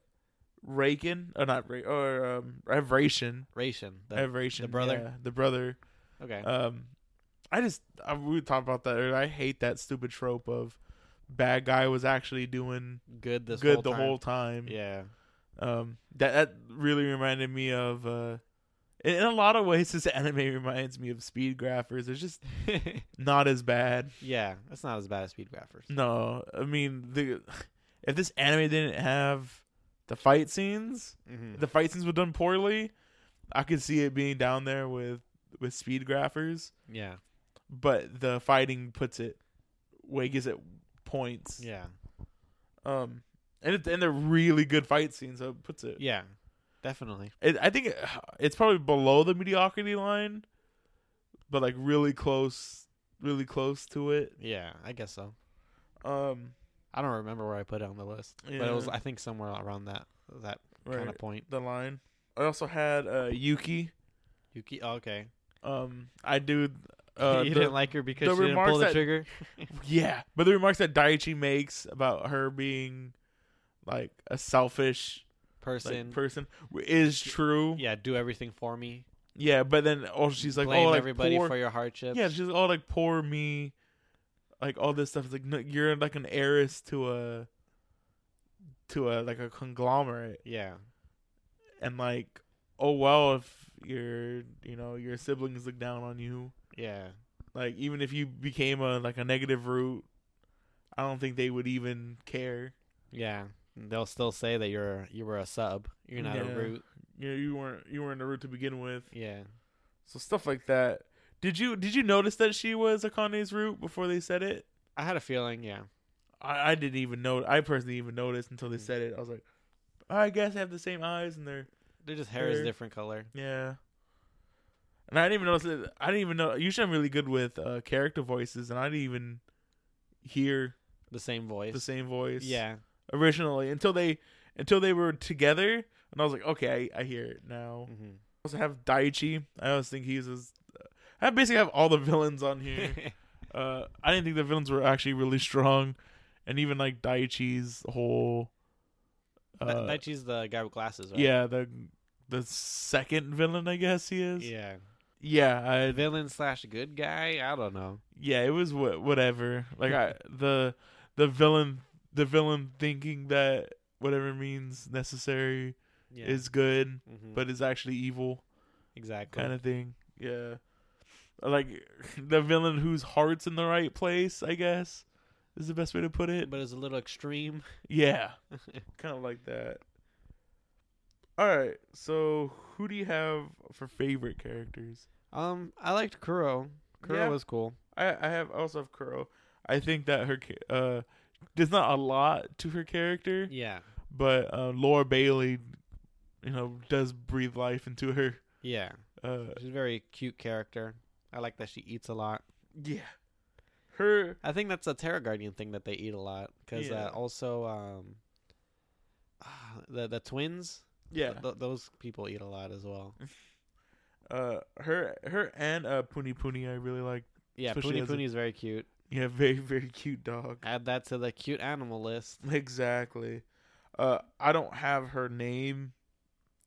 S2: Raken or not Ra- or um I have Ration.
S1: Ration.
S2: I have
S1: The,
S2: Ration,
S1: the brother?
S2: yeah, the brother.
S1: okay.
S2: Um I just I, we talked about that earlier. I hate that stupid trope of bad guy was actually doing
S1: Good this
S2: good
S1: whole
S2: the
S1: time.
S2: whole time.
S1: Yeah.
S2: Um that that really reminded me of uh in in a lot of ways this anime reminds me of speed graphers. It's just not as bad.
S1: yeah. That's not as bad as speed graphers.
S2: No, I mean the if this anime didn't have the fight scenes,
S1: Mm-hmm.
S2: if Mm. the fight scenes were done poorly, I could see it being down there with with speed graphers.
S1: Yeah.
S2: But the fighting puts it way gives it points.
S1: Yeah.
S2: Um, and it, and they're really good fight scenes, so it puts it.
S1: Yeah. Definitely.
S2: it I think it, it's probably below the mediocrity line, but like really close, really close to it.
S1: Yeah, I guess so.
S2: Um,
S1: I don't remember where I put it on the list, but it was
S2: Yeah.
S1: I think somewhere around that that kind
S2: right,
S1: of point.
S2: the line. I also had uh Yuki.
S1: Yuki, oh, okay,
S2: Um, I do. Uh,
S1: you
S2: the-
S1: didn't like her because
S2: the
S1: she didn't pull
S2: remarks
S1: the
S2: that-
S1: trigger.
S2: yeah, but the remarks that Daichi makes about her being like a selfish like,
S1: Person,
S2: person w- is true. Yeah.
S1: yeah, do everything for me.
S2: but then oh, she's like,
S1: Blame
S2: oh, like
S1: everybody
S2: poor.
S1: for your hardships.
S2: yeah, she's like, oh, like poor me, like all this stuff. It's like no, you're like an heiress to a to a like a conglomerate,
S1: yeah,
S2: and like oh well, if your you know your siblings look down on you,
S1: yeah,
S2: like even if you became a like a negative root i don't think they would even care
S1: yeah. They'll still say that you're you were a sub. You're not
S2: Yeah.
S1: a root.
S2: you know you weren't you weren't a root to begin with
S1: Yeah.
S2: so stuff like that did you did you notice that she was akane's root before they said it
S1: I had a feeling, yeah.
S2: I, I didn't even know. I personally even noticed until they
S1: Mm.
S2: said it. I was like, I guess they have the same eyes and they're
S1: They're just hair is
S2: Hair.
S1: different color.
S2: yeah. And I didn't even notice. It. I didn't even know. Usually, I'm really good with uh, character voices, and I didn't even hear
S1: The same voice.
S2: the same voice.
S1: Yeah.
S2: originally until they until they were together, and I was like, okay, I, I hear it now.
S1: Mm-hmm.
S2: I also have Daichi. I always think he's. His, I basically have all the villains on here. uh, I didn't think the villains were actually really strong, and even like Daichi's whole, uh,
S1: Daichi's the guy with glasses, right?
S2: yeah, the the second villain, I guess he is. Yeah,
S1: Yeah.
S2: yeah, I,
S1: Villain slash good guy. I don't know.
S2: yeah it was wha- whatever. Like I, the the villain, the villain thinking that whatever means necessary
S1: Yeah.
S2: is good,
S1: Mhm.
S2: but is actually evil.
S1: exactly.
S2: kind of thing. Yeah. Like the villain whose heart's in the right place, I guess, is the best way to put it.
S1: but it's a little extreme.
S2: Yeah. kind of like that. All right. So, who do you have for favorite characters?
S1: Um, I liked Kuro. Kuro
S2: Yeah.
S1: was cool.
S2: I I have I also have Kuro. I think that her ca- uh there's not a lot to her character,
S1: Yeah.
S2: but uh Laura Bailey you know does breathe life into her.
S1: Yeah.
S2: Uh
S1: She's a very cute character. I like that she eats a lot.
S2: yeah. Her
S1: I think that's a Terra Guardian thing that they eat a lot because
S2: Yeah.
S1: uh, also um, ah, the the twins.
S2: yeah.
S1: th- th- those people eat a lot as well.
S2: uh her her and uh Puni Puni I really like.
S1: Yeah,
S2: Especially
S1: Puni
S2: as a-
S1: Puni is very cute.
S2: Yeah, very very cute dog.
S1: Add that to the cute animal list.
S2: Exactly. Uh I don't have her name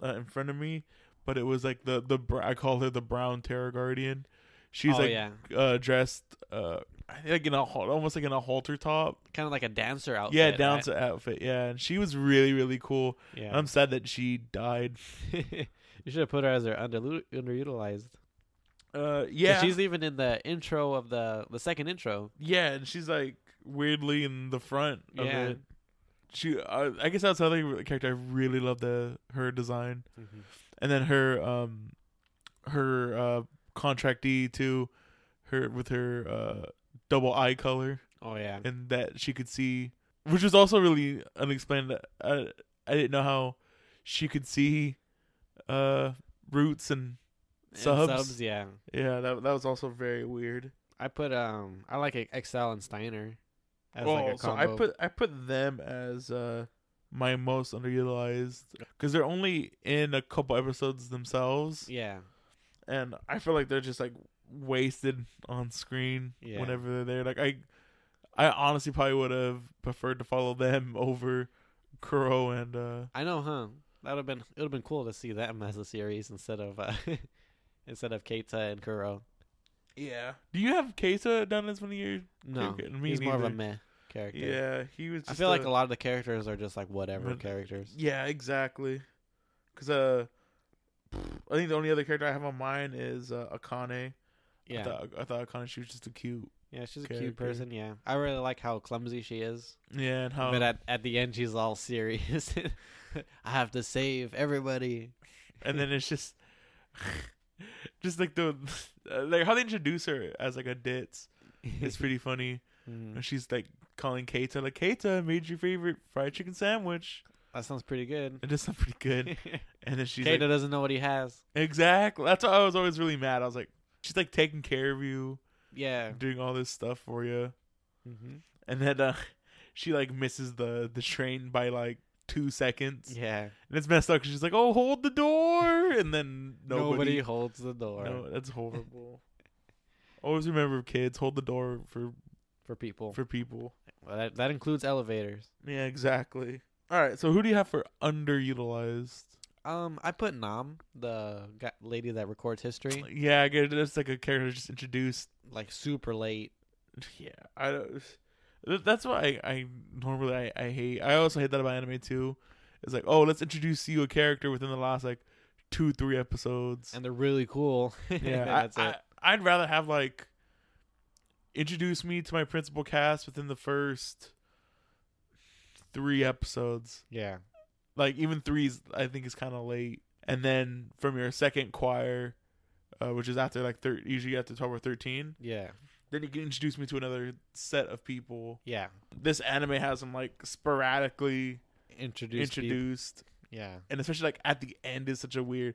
S2: uh, in front of me, but it was like the the br- I call her the brown terror guardian. She's
S1: oh
S2: like
S1: yeah,
S2: uh dressed uh I think like in a hal- almost like in a halter top.
S1: kind of like a dancer outfit.
S2: yeah, down
S1: right?
S2: to outfit. Yeah, and she was really really cool.
S1: yeah.
S2: And I'm sad that she died.
S1: you should have put her as her under underutilized. 'Cause
S2: Uh yeah.
S1: she's even in the intro of the the second intro.
S2: Yeah, and she's like weirdly in the front of
S1: Yeah.
S2: it. She, I, I guess that's another character I really love the her design, and then her um, her uh contractee too, her with her uh double eye color
S1: Oh yeah,
S2: and that she could see, which was also really unexplained. I I didn't know how she could see uh roots and
S1: And
S2: subs.
S1: subs. Yeah,
S2: yeah, that that was also very weird.
S1: I put um I like XL and Steiner. As
S2: Oh,
S1: like a
S2: so I
S1: combo.
S2: put I put them as uh my most underutilized because they're only in a couple episodes themselves,
S1: yeah
S2: and I feel like they're just like wasted on screen
S1: Yeah.
S2: whenever they're there. Like I, I honestly probably would have preferred to follow them over Kuro and uh
S1: I know, huh? That would have been it would have been cool to see them as a series instead of uh, instead of Keita and Kuro.
S2: yeah. Do you have Keita down as one of your?
S1: No,
S2: Okay, me
S1: he's more of a
S2: neither.
S1: meh character.
S2: Yeah, he was.
S1: I
S2: Just
S1: feel like
S2: a-
S1: a lot of the characters are just like whatever
S2: But-
S1: characters.
S2: Yeah, exactly. Because uh, I think the only other character I have on mine is uh, Akane.
S1: Yeah,
S2: I thought, I thought Akane she was just a cute.
S1: yeah, she's a cute
S2: character.
S1: person. Yeah, I really like how clumsy she is,
S2: Yeah, and how
S1: but at at the end she's all serious. I have to save everybody.
S2: and then it's just just like the uh, like how they introduce her as like a ditz. It's pretty funny.
S1: Mm,
S2: And she's like calling Keita like Keita I made your favorite fried chicken sandwich.
S1: that sounds pretty good.
S2: It does sound pretty good.
S1: Keita
S2: And then she's like,
S1: doesn't know what he has.
S2: exactly. That's why I was always really mad. I was like, she's like taking care of you,
S1: Yeah.
S2: doing all this stuff for you.
S1: hmm
S2: and then uh, she like misses the the train by like two seconds,
S1: Yeah.
S2: and it's messed up 'cause she's like, "Oh, hold the door," and then
S1: Nobody,
S2: nobody,
S1: holds the door
S2: no, that's horrible. Always remember, kids, hold the door for
S1: for people.
S2: for people.
S1: Well, that that includes elevators.
S2: Yeah, exactly. All right, so who do you have for underutilized?
S1: Um, I put Nam, the guy, lady that records history,
S2: Yeah, I guess that's like a character just introduced.
S1: like super late.
S2: Yeah, I don't. th- That's why I, I normally I, I hate. I also hate that about anime too. It's like, oh, let's introduce you a character within the last like two three episodes.
S1: and they're really cool.
S2: Yeah,
S1: And
S2: I,
S1: that's it.
S2: I, would rather have like introduce me to my principal cast within the first three episodes.
S1: Yeah,
S2: Like even threes, I think is kind of late. And then from your second choir, uh, which is after like thir- usually after twelve or thirteen,
S1: yeah,
S2: Then he introduced me to another set of people.
S1: Yeah.
S2: This anime has them like sporadically
S1: Introduce. Introduce.
S2: introduced,
S1: Yeah.
S2: and especially like at the end is such a weird.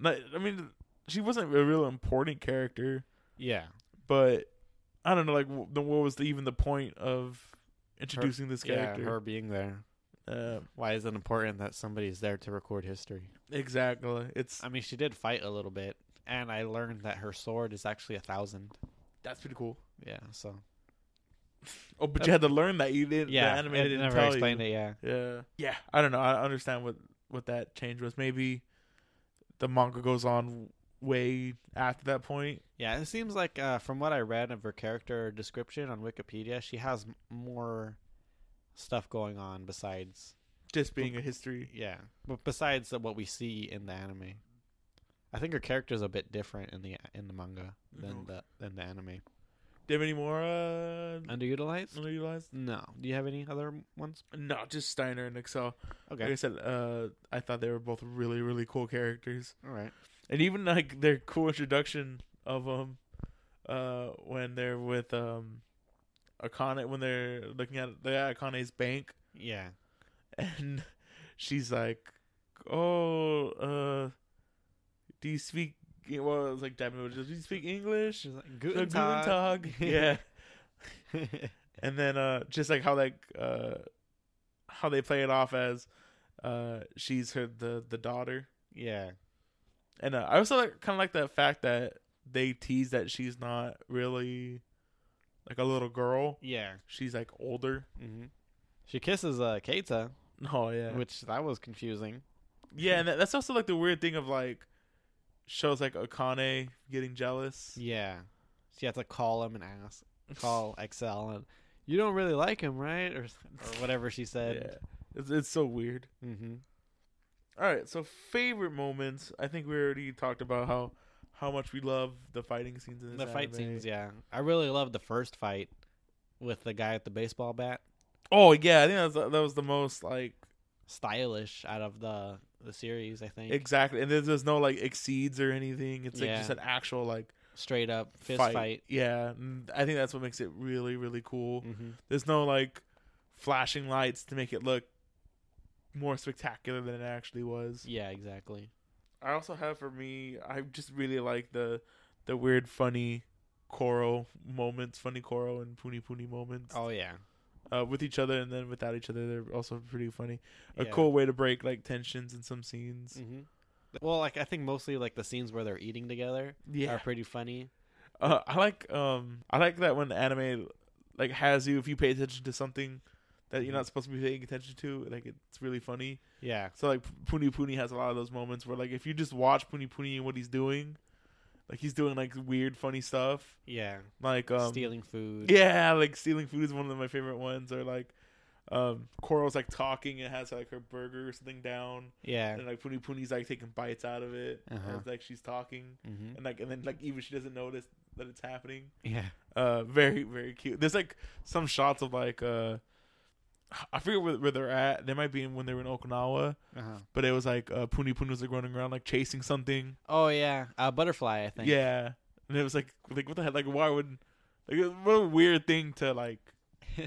S2: Like, I mean, she wasn't a real important character,
S1: Yeah.
S2: but I don't know. Like, wh- then what was the, even the point of introducing this
S1: Yeah.
S2: character?
S1: Her being there.
S2: Uh,
S1: Why is it important that somebody's there to record history?
S2: exactly. It's
S1: I mean, she did fight a little bit, and I learned that her sword is actually a thousand.
S2: that's pretty cool.
S1: Yeah. So.
S2: Oh, but you had to learn that you didn't.
S1: Yeah.
S2: the anime
S1: it
S2: didn't
S1: never
S2: tell
S1: explained
S2: you.
S1: it. Yeah.
S2: Yeah, yeah. I don't know. I don't understand what what that change was. Maybe the manga goes on way after that point.
S1: Yeah, it seems like uh, from what I read of her character description on Wikipedia, she has m- more stuff going on besides
S2: Just being a history.
S1: yeah, but besides what we see in the anime. I think her character's a bit different in the in the manga than
S2: Mhm.
S1: the than the anime.
S2: Do you have any more uh,
S1: Underutilized?
S2: underutilized?
S1: No. Do you have any other ones?
S2: No, just Steiner and Excel. Like I
S1: Okay.
S2: said, uh, I thought they were both really, really cool characters,
S1: All right.
S2: and even like their cool introduction of them, uh, when they're with um, Akane when they're looking at they're at Akane's bank,
S1: Yeah.
S2: and she's like, "Oh, uh, do you speak?" E-" Well, it was like Japanese. Do you speak English?
S1: She's like
S2: "Uh,
S1: Guten Tag.
S2: Tag." yeah. And then uh, just like how like uh, how they play it off as uh, she's her the the daughter,
S1: yeah.
S2: and uh, I also like, kind of like the fact that they tease that she's not really like a little girl.
S1: Yeah.
S2: She's like older.
S1: hmm She kisses uh Keita,
S2: Oh yeah.
S1: which that was confusing.
S2: Yeah, and that, that's also like the weird thing of like shows like Akane getting jealous.
S1: Yeah. So you have to call him and ask, call Excel, and you don't really like him, right? Or, or whatever she
S2: Yeah,
S1: said.
S2: it's, it's so weird.
S1: Mm-hmm.
S2: All right, so favorite moments. I think we already talked about how how much we love the fighting scenes in this
S1: The fight
S2: anime.
S1: scenes, yeah. I really loved the first fight with the guy at the baseball bat.
S2: Oh yeah, I think that was, that was the most like
S1: Stylish out of the the series, I think.
S2: exactly, and there's, there's no like exceeds or anything. It's like
S1: Yeah.
S2: just an actual like
S1: Straight up fist
S2: fight.
S1: fight.
S2: Yeah, and I think that's what makes it really really cool.
S1: Mm-hmm.
S2: There's no like flashing lights to make it look more spectacular than it actually was.
S1: Yeah, exactly.
S2: I also have for me. I just really like the the weird, funny Koro moments, funny Koro and Puni Puni moments
S1: Oh yeah.
S2: uh, with each other, and then without each other, they're also pretty funny. A
S1: Yeah.
S2: cool way to break like tensions in some scenes.
S1: hmm Well, like I think mostly like the scenes where they're eating together are
S2: Yeah,
S1: pretty funny.
S2: uh, I like um I like that when anime like has you if you pay attention to something that
S1: Mm-hmm.
S2: you're not supposed to be paying attention to, like it's really funny.
S1: Yeah.
S2: So like Puni Puni has a lot of those moments where like if you just watch Puni Puni and what he's doing, like he's doing like weird funny stuff.
S1: Yeah.
S2: like um
S1: Stealing food.
S2: yeah like stealing food is one of my favorite ones or like um coral's like talking and has like her burger or something down
S1: Yeah.
S2: and like puni puni's like taking bites out of it
S1: Uh-huh.
S2: as, like she's talking
S1: hmm
S2: and like and then like even she doesn't notice that it's happening
S1: Yeah.
S2: uh very very cute there's like some shots of like uh I forget where, where they're at. They might be in when they were in Okinawa,
S1: Uh-huh.
S2: but it was like uh, Puni Puni was like running around like chasing something,
S1: Oh yeah, uh, butterfly. I think.
S2: Yeah, and it was like, like what the heck? Like, why would, like, what a weird thing to like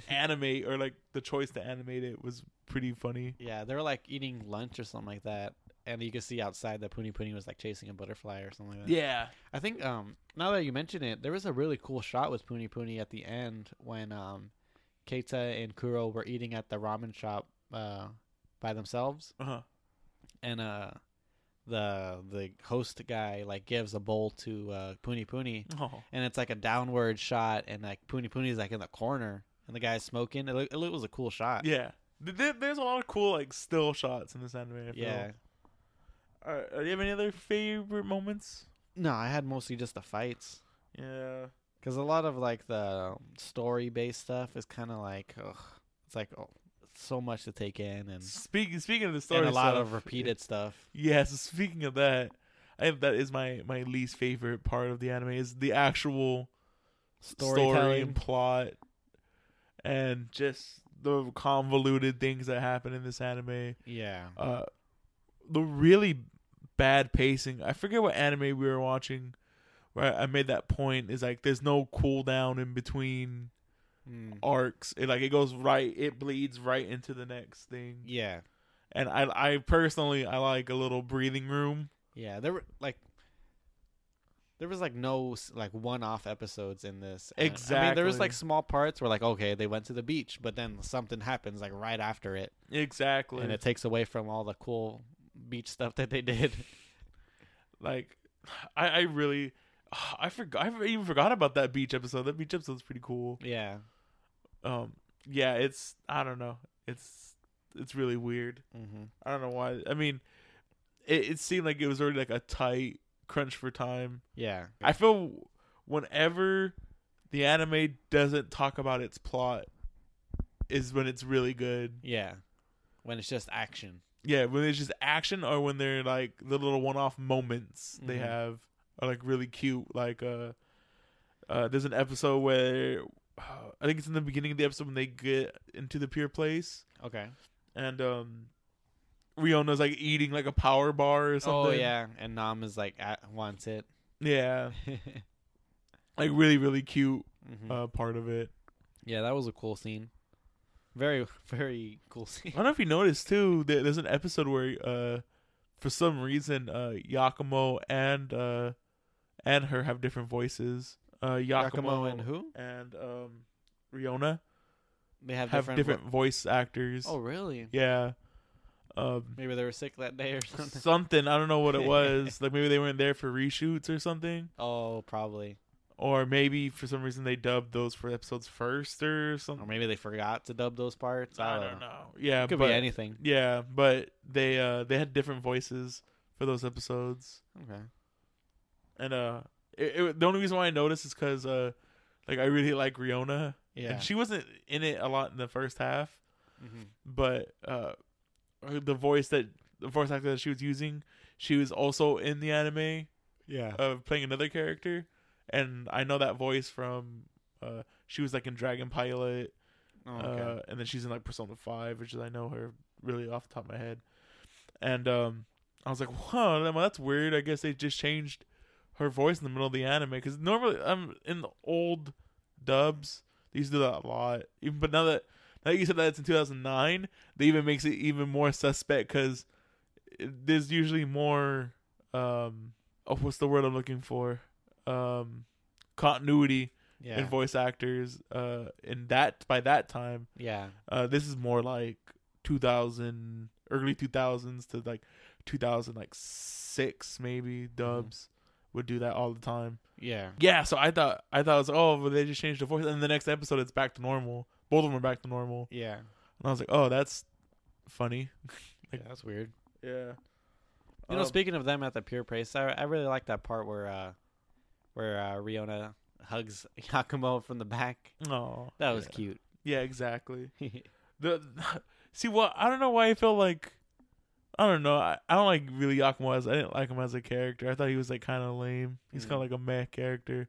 S2: animate or like the choice to animate it was pretty funny.
S1: yeah, they were like eating lunch or something like that, and you could see outside that Puni Puni was like chasing a butterfly or something like that.
S2: Yeah,
S1: I think um now that you mention it, there was a really cool shot with Puni Puni at the end when um Keita and Kuro were eating at the ramen shop uh by themselves,
S2: uh huh,
S1: and uh the the host guy like gives a bowl to uh Puni Puni,
S2: oh,
S1: and it's like a downward shot, and like Puni Puni's like in the corner, and the guy's smoking. It, look- it was a cool shot.
S2: yeah. Th- There, there's a lot of cool like still shots in this anime. I feel.
S1: Yeah.
S2: All right, Uh, do you have any other favorite moments?
S1: No, I had mostly just the fights.
S2: Yeah.
S1: Because a lot of like the story based stuff is kind of like, ugh, it's like oh, so much to take in and,
S2: Speaking speaking of the story,
S1: and a lot of
S2: stuff,
S1: repeated stuff.
S2: Yeah, so speaking of that, I have, that is my my least favorite part of the anime is the actual story and
S1: Storytelling.
S2: plot and just the convoluted things that happen in this anime
S1: Yeah.
S2: uh the really bad pacing i forget what anime we were watching where I made that point is like there's no cooldown in between
S1: Mm.
S2: arcs. It like it goes right, it bleeds right into the next thing.
S1: Yeah,
S2: And I, I personally, I like a little breathing room.
S1: yeah. There were like, there was like no s- like one-off episodes in this. Uh, I mean, there was like
S2: Exactly.
S1: small parts where like okay, they went to the beach, but then something happens like right after it,
S2: Exactly.
S1: and it takes away from all the cool beach stuff that they did.
S2: like, I, I really, I forgot, I even forgot about that beach episode. That beach episode's pretty cool.
S1: yeah.
S2: Um, yeah, it's, I don't know, it's, it's really weird.
S1: Mm-hmm.
S2: I don't know why. I mean, it, it seemed like it was already like a tight crunch for time.
S1: Yeah.
S2: I feel whenever the anime doesn't talk about its plot is when it's really good.
S1: yeah. When it's just action.
S2: Yeah, when it's just action or when they're like the little one-off moments they
S1: Mhm.
S2: have are like really cute. Like uh, uh there's an episode where uh, I think it's in the beginning of the episode when they get into the pure place
S1: Okay.
S2: and um Riona's like eating like a power bar or
S1: Oh
S2: something.
S1: yeah, and Nam is like at, wants it.
S2: Yeah.
S1: Mhm.
S2: Like really really cute uh part of it.
S1: yeah, that was a cool scene. Very very cool scene.
S2: I don't know if you noticed too. There, there's an episode where, uh, for some reason, uh, Yakumo and uh, and her have different voices. Uh, Yakumo,
S1: Yakumo and who?
S2: and um, Riona
S1: They have,
S2: have
S1: different.
S2: different voice actors.
S1: vo- oh really?
S2: Yeah, um,
S1: Maybe they were sick that day or something.
S2: something I don't know what it was. like maybe they weren't there for reshoots or something,
S1: Oh, probably.
S2: or maybe for some reason they dubbed those for episodes first or
S1: Or
S2: something.
S1: maybe they forgot to dub those parts.
S2: I don't know. Yeah,
S1: Oh, uh, It could
S2: but
S1: be anything.
S2: yeah, but they uh, they had different voices for those episodes.
S1: Okay.
S2: and uh, it, it, the only reason why I noticed is because uh, like I really like Riona,
S1: Yeah.
S2: and she wasn't in it a lot in the first half,
S1: Mhm.
S2: but uh, her- the voice that the voice actor that she was using, she was also in the anime
S1: Yeah.
S2: of playing another character, and I know that voice from uh, she was like in Dragon Pilot,
S1: Oh, okay.
S2: uh, and then she's in like Persona Five, which is I know her really off the top of my head. And um, I was like, "Huh, well, that's weird. I guess they just changed her voice in the middle of the anime because normally I'm in the old dubs. They used to do that a lot. Even but now that now that you said that it's in 2009, that even makes it even more suspect because there's usually more. Um, oh, what's the word I'm looking for? Um, continuity
S1: yeah.
S2: in voice actors. Uh, in that by that time,
S1: yeah.
S2: uh, this is more like 2000, early 2000s to like 2000, like six maybe dubs would do that all the time.
S1: Yeah.
S2: Mm-hmm. Yeah, so I thought I thought it was oh, but they just changed the voice, and the next episode it's back to normal. Both of them are back to normal,
S1: Yeah.
S2: and I was like, oh, that's funny.
S1: Yeah, that's weird.
S2: Yeah,
S1: You know, speaking of them at the Pure Place, I, I really like that part where uh where uh Riona hugs Yakumo from the back.
S2: Oh,
S1: That was cute.
S2: Yeah, exactly. The see what I don't know why I feel like I don't know. I, I don't like really Yakumo as I didn't like him as a character. I thought he was like kind of lame. He's
S1: Mm.
S2: kind of like a meh character.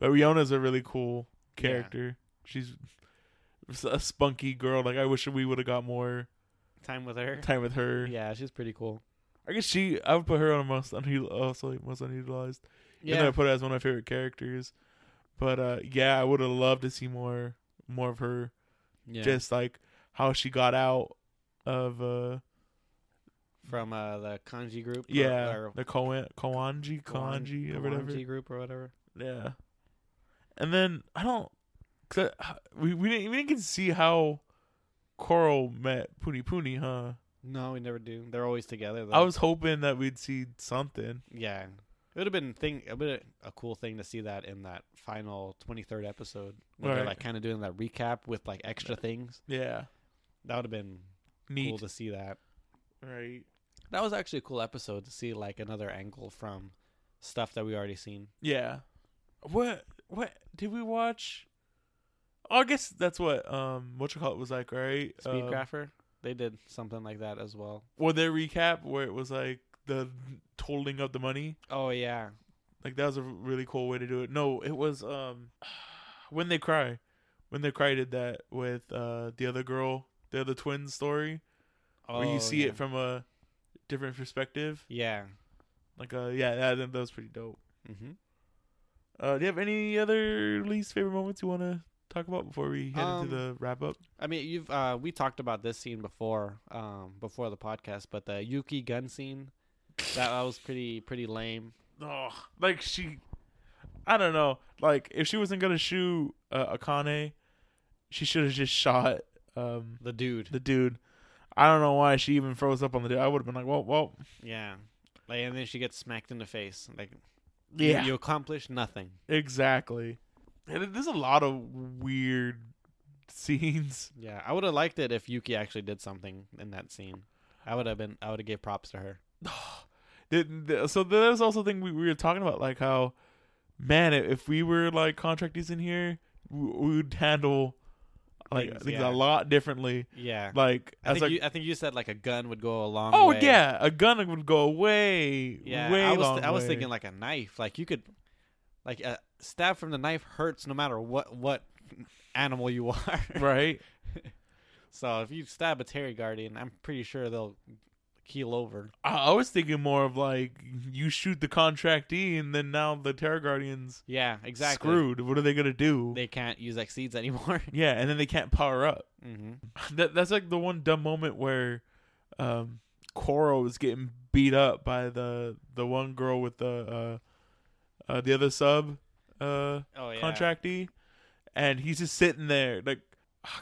S2: But Riona's a really cool
S1: Yeah.
S2: character. She's a spunky girl. Like I wish we would have got more
S1: Time with her.
S2: time with her.
S1: Yeah, she's pretty cool.
S2: I guess she. I would put her on a most unheal also like most unutilized. Yeah. And I
S1: Yeah.
S2: put her as one of my favorite characters. But uh, yeah, I would have loved to see more more of her
S1: yeah.
S2: just like how she got out of uh
S1: from uh the kanji group. or-
S2: yeah
S1: or
S2: the Koan Koanji
S1: Kawan-
S2: Kanji or whatever
S1: Kawanji group or whatever.
S2: yeah and then I don't cause I- we we didn't we didn't get to see how Coral met Puni Puni huh
S1: No, we never do. They're always together. Though.
S2: I was hoping that we'd see something
S1: yeah. It would have been thing a bit a cool thing to see that in that final twenty third episode where they're
S2: Right.
S1: like kind of doing that recap with like extra things.
S2: yeah
S1: That would have been
S2: neat
S1: cool to see that.
S2: right
S1: That was actually a cool episode to see like another angle from stuff that we already seen.
S2: yeah what what did we watch oh, I guess that's what um what you call it was like right Um,
S1: Speedcrafter, they did something like that as well.
S2: or their recap where it was like the totaling of the money.
S1: Oh yeah,
S2: Like that was a really cool way to do it. No, it was um when they cry. When they cry did that with uh the other girl, the other twin story
S1: oh,
S2: where you see
S1: yeah.
S2: it from a different perspective.
S1: yeah.
S2: Like uh yeah, that, that was pretty dope.
S1: hmm
S2: Uh, do you have any other least favorite moments you want to talk about before we head
S1: Um,
S2: into the wrap up?
S1: I mean, you've uh, we talked about this scene before, um, before the podcast, but the Yuki gun scene that, that was pretty pretty lame.
S2: Oh, like she, I don't know. Like if she wasn't gonna shoot uh, Akane, she should have just shot um
S1: The dude,
S2: the dude. I don't know why she even froze up on the dude. I would have been like, well, well,
S1: yeah, like and then she gets smacked in the face. Like, you-
S2: yeah,
S1: you, accomplish nothing.
S2: exactly. And it- there's a lot of weird scenes.
S1: Yeah, I would have liked it if Yuki actually did something in that scene. I would have been. I would have gave props to her.
S2: Th- th- so there's also a thing we, we were talking about, like how, man, i- if we were like contractees in here, we, we would handle like
S1: Things,
S2: things,
S1: yeah.
S2: a lot differently.
S1: Yeah,
S2: Like
S1: I
S2: as
S1: think
S2: like,
S1: you, I think you said like a gun would go a long.
S2: oh
S1: way.
S2: yeah, a gun would go way,
S1: yeah.
S2: way
S1: I was
S2: long
S1: I was
S2: way.
S1: thinking like a knife. Like you could, like a stab from the knife hurts no matter what what animal you are.
S2: right.
S1: so if you stab a Terry Guardian, I'm pretty sure they'll keel over.
S2: I, I was thinking more of like you shoot the contractee, and then now the Terror Guardians
S1: Yeah, exactly.
S2: screwed. What are they gonna do?
S1: They can't use like seeds anymore.
S2: yeah, and then they can't power up.
S1: hmm
S2: that that's like the one dumb moment where um Koro is getting beat up by the the one girl with the uh, uh the other sub uh
S1: Oh yeah.
S2: contractee and he's just sitting there like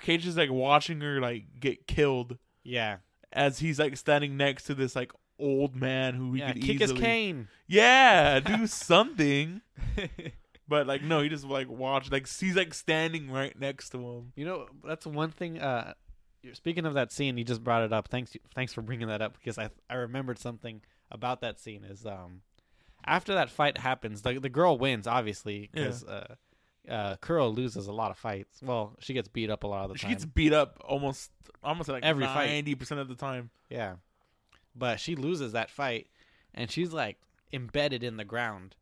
S2: Cage is like watching her like get killed
S1: Yeah.
S2: as he's like standing next to this like old man who he
S1: yeah.
S2: could
S1: Kick his
S2: easily
S1: cane.
S2: yeah do something but like no he just like watch like he's like standing right next to him
S1: You know, that's one thing. Uh, you're- speaking of that scene, you just brought it up. Thanks, thanks for bringing that up because I I remembered something about that scene. Is um, after that fight happens, the the girl wins obviously
S2: Yeah.
S1: because uh, uh, Kuro loses a lot of fights. Well, she gets beat up a lot of the
S2: she
S1: time.
S2: gets beat up almost almost like
S1: Every fight.
S2: 90% of the time
S1: Yeah, but she loses that fight, and she's like embedded in the ground.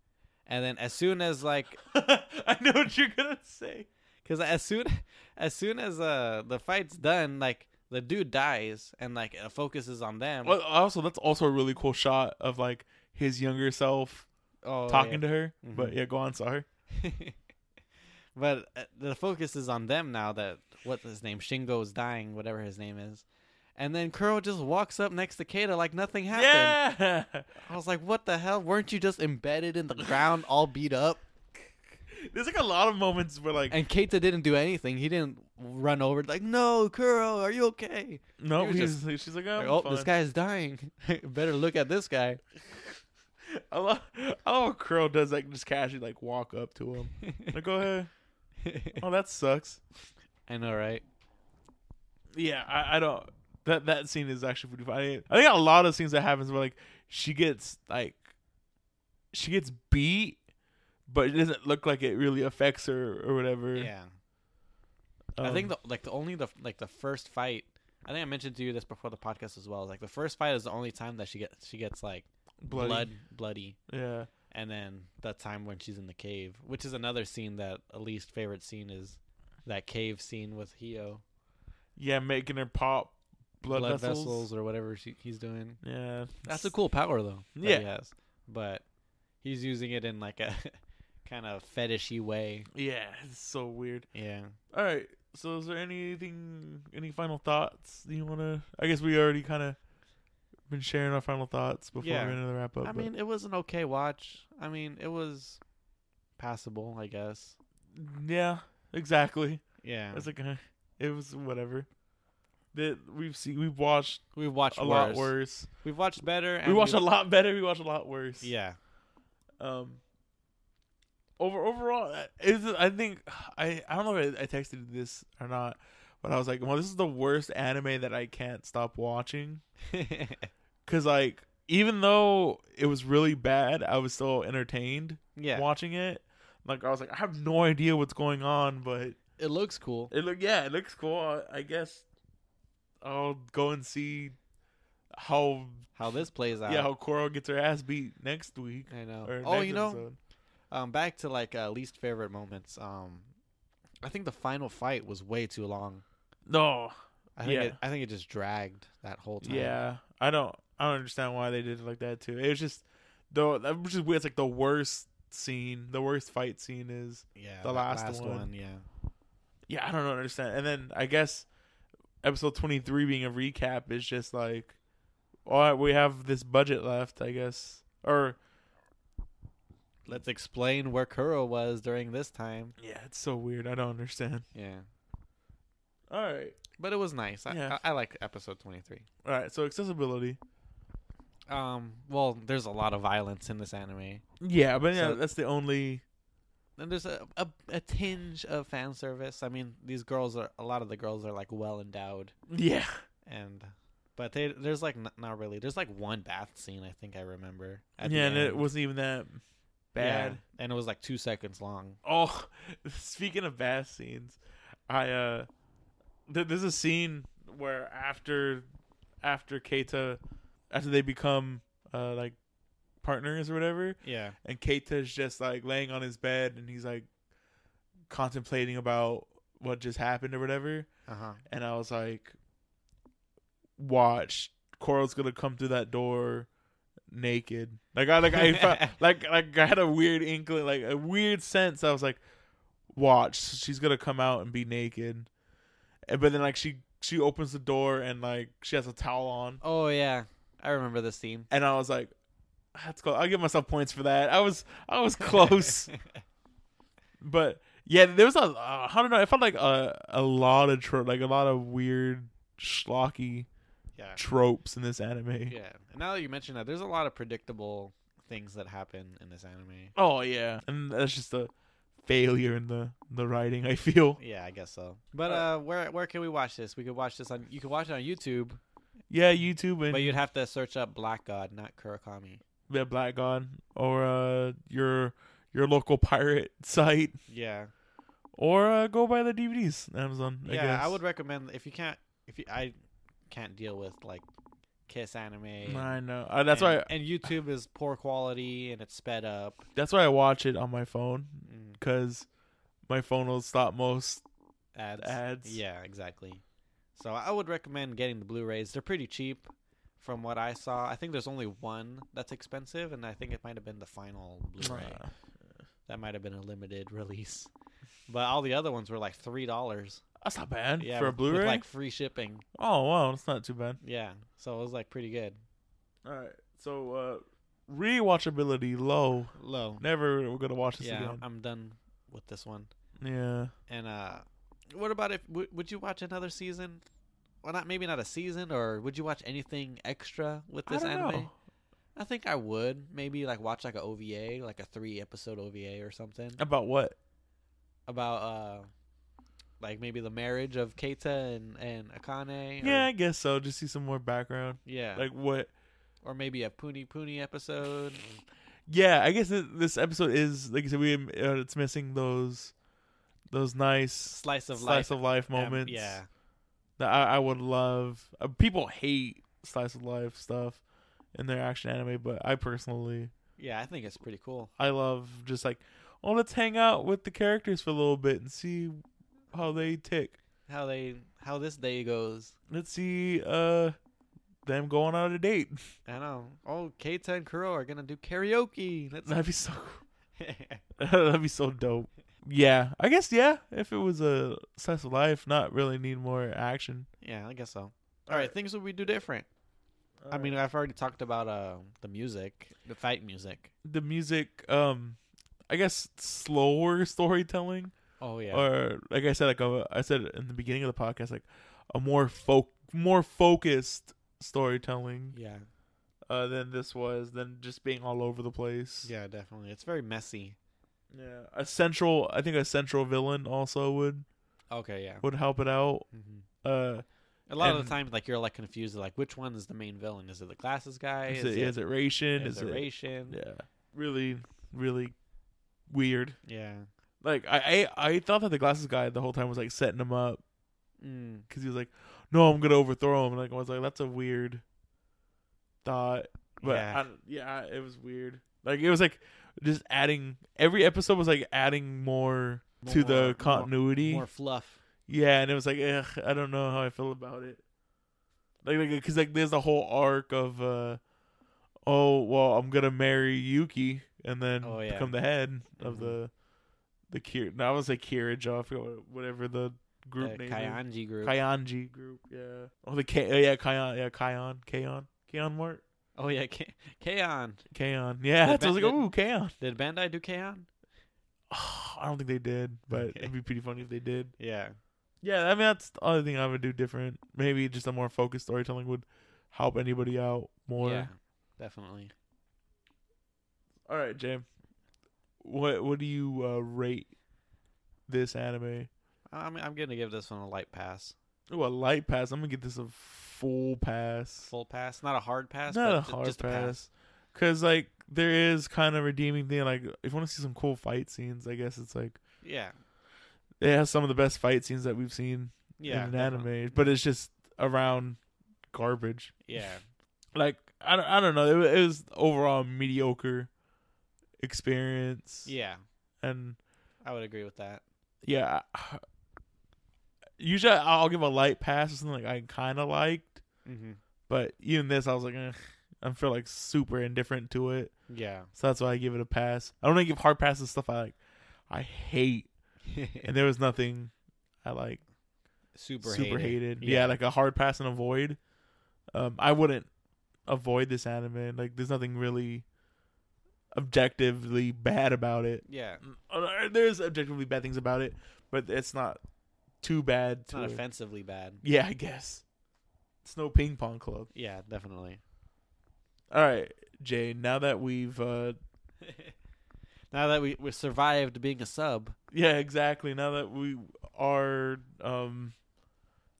S1: And then as soon as like
S2: I know what you're gonna say.
S1: Because as soon as soon as uh the fight's done, like the dude dies and like it focuses on them.
S2: Well, also, that's also a really cool shot of like his younger self
S1: oh,
S2: talking to her.
S1: Mhm.
S2: But yeah, go on. Sorry.
S1: yeah. but uh, the focus is on them now. That what's his name Shingo is dying, whatever his name is. And then Kuro just walks up next to Kata like nothing happened.
S2: Yeah.
S1: I was like, "What the hell? Weren't you just embedded in the ground, all beat up?"
S2: There's like a lot of moments where like
S1: And Keita didn't do anything. He didn't run over like, "No, Kuro, are you okay?"
S2: no,
S1: he was
S2: he's, she's like, oh,
S1: Like,
S2: I'm
S1: oh,
S2: fine.
S1: this guy's dying. Better look at this guy.
S2: I love, I love how Curl does like just casually like walk up to him. Like, go ahead. Oh, that sucks.
S1: I know, right?
S2: Yeah, I, I don't. That that scene is actually pretty funny. I think a lot of scenes that happens where like she gets like she gets beat, but it doesn't look like it really affects her or whatever.
S1: Yeah, I think
S2: Um,
S1: the like the only the like the first fight. I think I mentioned to you this before the podcast as well. Like the first fight is the only time that she gets she gets like
S2: bloody-
S1: blood bloody,
S2: Yeah,
S1: and then the time when she's in the cave, which is another scene that at least favorite scene is that cave scene with Hio
S2: yeah, making her pop blood, vessels.
S1: or whatever she, he's doing.
S2: Yeah,
S1: That's a cool power though. that he
S2: Yeah.
S1: has. but he's using it in like a kind of fetishy way.
S2: yeah. It's so weird.
S1: Yeah.
S2: All right. So, is there anything, any final thoughts that you want to? I guess we already kind of been sharing our final thoughts before
S1: Yeah.
S2: we end the wrap up.
S1: I mean, it was an okay watch. I mean, it was passable, I guess.
S2: yeah, exactly.
S1: Yeah,
S2: It's like uh, it was whatever. That we've seen, we've watched
S1: we've watched
S2: a
S1: worse.
S2: lot worse.
S1: We've watched better. And
S2: We watched a lot better. We watched a lot worse.
S1: Yeah,
S2: Um. Over overall, uh, is it- I think I I don't know if I, I texted you this or not, but I was like, well, this is the worst anime that I can't stop watching because like even though it was really bad, I was still entertained
S1: yeah.
S2: watching it. Like I was like, I have no idea what's going on, but
S1: It looks cool.
S2: it look yeah, it looks cool. I- I guess I'll go and see how
S1: How this plays out.
S2: yeah how Coral gets her ass beat next week.
S1: I know.
S2: or
S1: Oh,
S2: next
S1: you know,
S2: episode.
S1: um, back to like uh, least favorite moments. Um, I think the final fight was way too long.
S2: no,
S1: I think
S2: Yeah.
S1: it, I think it just dragged that whole time.
S2: Yeah, I don't. I don't understand why they did it like that too. It was just though that was just weird. It's like the worst scene, the worst fight scene is.
S1: Yeah,
S2: The
S1: that
S2: last one.
S1: Yeah,
S2: Yeah, I don't know, understand. And then I guess episode 23 being a recap is just like, all right, we have this budget left, I guess. Or,
S1: let's explain where Kuro was during this time.
S2: yeah, it's so weird. I don't understand.
S1: Yeah,
S2: All right.
S1: but it was nice. I,
S2: Yeah.
S1: I, I like episode twenty three.
S2: All right. So, accessibility.
S1: Um, well, there's a lot of violence in this anime.
S2: Yeah, but yeah,
S1: So-
S2: that's the only.
S1: And there's a, a a tinge of fan service. I mean, these girls are a lot of the girls are like well endowed,
S2: Yeah.
S1: and but they there's like n- not really. There's like one bath scene I think I remember. at the
S2: yeah, and it
S1: end.
S2: wasn't even that
S1: Yeah,
S2: bad.
S1: and it was like two seconds long.
S2: Oh, speaking of bath scenes, I uh, th- there's a scene where after, after Keita, after they become uh like partners or whatever,
S1: Yeah,
S2: and Keita's just like laying on his bed and he's like contemplating about what just happened or whatever,
S1: uh huh.
S2: and I was like, watch, Coral's gonna come through that door naked. Like I like I felt like like I had a weird inkling, like a weird sense. I was like, watch, she's gonna come out and be naked. And but then like she she opens the door and like she has a towel on,
S1: Oh yeah, I remember this scene.
S2: and I was like, that's cool. I'll give myself points for that. I was I was close, but yeah, there was a I don't know. It felt like a a lot of tro- like a lot of weird schlocky
S1: yeah,
S2: tropes in this anime.
S1: yeah. And now that you mention that, there's a lot of predictable things that happen in this anime.
S2: Oh yeah, and that's just a failure in the the writing. I feel.
S1: Yeah, I guess so. But uh, where where can we watch this? We could watch this on you can watch it on YouTube,
S2: Yeah, YouTube and
S1: but you'd have to search up Black God, not Kurakami.
S2: the Black God or uh, your your local pirate site
S1: Yeah,
S2: or uh, go buy the DVDs on Amazon. I
S1: yeah.
S2: guess.
S1: I would recommend if you can't if you I can't deal with like Kiss anime. and-
S2: I know. Uh, that's
S1: and,
S2: why.
S1: and YouTube is poor quality and it's sped up.
S2: That's why I watch it on my phone
S1: Mm,
S2: because my phone will stop most.
S1: ads.
S2: Ads.
S1: Yeah, exactly. So I would recommend getting the Blu-rays. They're pretty cheap, from what I saw. I think there's only one that's expensive, and I think it might have been the final Blu-ray.
S2: Uh,
S1: That might have been a limited release. But all the other ones were like three dollars.
S2: That's not bad
S1: Yeah,
S2: for a
S1: with- with,
S2: Blu-ray.
S1: like free shipping.
S2: oh wow, that's not too bad.
S1: Yeah, so it was like pretty good.
S2: All right, so uh, rewatchability low.
S1: Low.
S2: Never we're gonna watch this
S1: Yeah,
S2: again.
S1: I'm done with this one.
S2: Yeah.
S1: And uh, what about if w- would you watch another season? Well, not maybe not a season, or would you watch anything extra with this
S2: I don't
S1: anime?
S2: know.
S1: I think I would maybe like watch like a OVA, like a three episode OVA or something
S2: About what?
S1: about uh like maybe the marriage of Keita and and Akane. or-
S2: Yeah, I guess so. Just see some more background.
S1: yeah,
S2: Like what?
S1: or maybe a Puni Puni episode.
S2: Yeah, I guess th- this episode is like you said. We uh, it's missing those those nice
S1: Slice of life
S2: slice of life
S1: em-
S2: moments.
S1: yeah,
S2: that I, I would love. Uh, people hate slice of life stuff in their action anime, but I personally
S1: yeah, I think it's pretty cool.
S2: I love just like oh let's hang out with the characters for a little bit and see how they tick.
S1: How they how this day goes.
S2: Let's see uh them going on a date.
S1: I know. Oh, Keita and Kuro are gonna do karaoke. Let's.
S2: That'd be so cool. That'd be so dope. Yeah, I guess yeah. If it was a slice of life, not really need more action.
S1: yeah, I guess so. All right, things that we do different. I mean, I've already talked about uh the music, the fight music.
S2: the music. Um, I guess slower storytelling,
S1: Oh yeah.
S2: or like I said, like uh, I said in the beginning of the podcast, like a more folk, more focused storytelling
S1: yeah.
S2: uh, than this was, than just being all over the place.
S1: Yeah, definitely. It's very messy.
S2: yeah. A central, I think a central villain also would
S1: Okay, yeah.
S2: would help it out.
S1: hmm
S2: Uh,
S1: A lot of
S2: And-
S1: the time, like you're like confused, like which one is the main villain? Is it the glasses guy?
S2: is, it, is it Ration?
S1: is it
S2: it
S1: Ration?
S2: Yeah. Really, really weird.
S1: Yeah.
S2: Like I, I, I thought that the glasses guy the whole time was like setting him up
S1: Mm.
S2: because he was like, "No, I'm gonna overthrow him." And like I was like, "That's a weird thought," but
S1: Yeah.
S2: yeah, yeah it was weird. Like it was like just adding every episode was like adding more, to
S1: More-
S2: the continuity.
S1: more, more fluff.
S2: Yeah, and it was like, Ugh, I don't know how I feel about it. Like, like, because like, there's a whole arc of, uh, oh, well, I'm gonna marry Yuki, and then
S1: Oh, yeah.
S2: become the head of
S1: Mhm.
S2: the the Kir. No, I was like Kirija, I forgot what- whatever the group
S1: the
S2: name is.
S1: Kyanji group.
S2: Kyanji group, yeah. Oh, the K. Oh, yeah, Kyan. Yeah, Kyan. Kyan. Kyan Mart.
S1: oh yeah, K- Kaon.
S2: Kyan. Yeah,
S1: The
S2: that's what I was like,
S1: Bandit-
S2: ooh, Kyan.
S1: Did Bandai do Kaon?
S2: Oh, I don't think they did, but it'd be pretty funny if they did.
S1: Yeah.
S2: Yeah, I mean that's the other thing I would do different. Maybe just a more focused storytelling would help anybody out more.
S1: Yeah. Definitely.
S2: All right, Jim. What what do you uh, rate this anime?
S1: I'm I'm gonna give this one a light pass,
S2: Oh, a light pass. I'm gonna give this a full pass.
S1: full pass, not a hard pass,
S2: Not
S1: but
S2: a
S1: ju-
S2: hard
S1: just a pass.
S2: pass. Cause like there is kind of redeeming thing. Like if you want to see some cool fight scenes, I guess it's like
S1: Yeah,
S2: it has some of the best fight scenes that we've seen
S1: yeah,
S2: in an
S1: definitely.
S2: anime. But it's just around garbage.
S1: Yeah,
S2: like I don't, I don't know. It was, it was overall mediocre experience.
S1: yeah.
S2: and
S1: I would agree with that.
S2: yeah. I- Usually I'll give a light pass or something like I kind of liked,
S1: Mm-hmm.
S2: but even this I was like, eh, I feel like super indifferent to it,
S1: Yeah,
S2: so that's why I give it a pass. I don't really give hard passes to stuff I like, I hate, and there was nothing I like
S1: super hated.
S2: super, hated. Yeah.
S1: Yeah.
S2: like a hard pass and avoid. Um, I wouldn't avoid this anime. Like, there's nothing really objectively bad about it.
S1: Yeah,
S2: Uh, There's objectively bad things about it, but it's not too bad.
S1: it's
S2: To
S1: not offensively bad.
S2: Yeah, I guess. It's no ping pong club.
S1: Yeah, definitely.
S2: All right, Jay. Now that we've, uh,
S1: now that we we survived being a sub,
S2: yeah, exactly. Now that we are, um,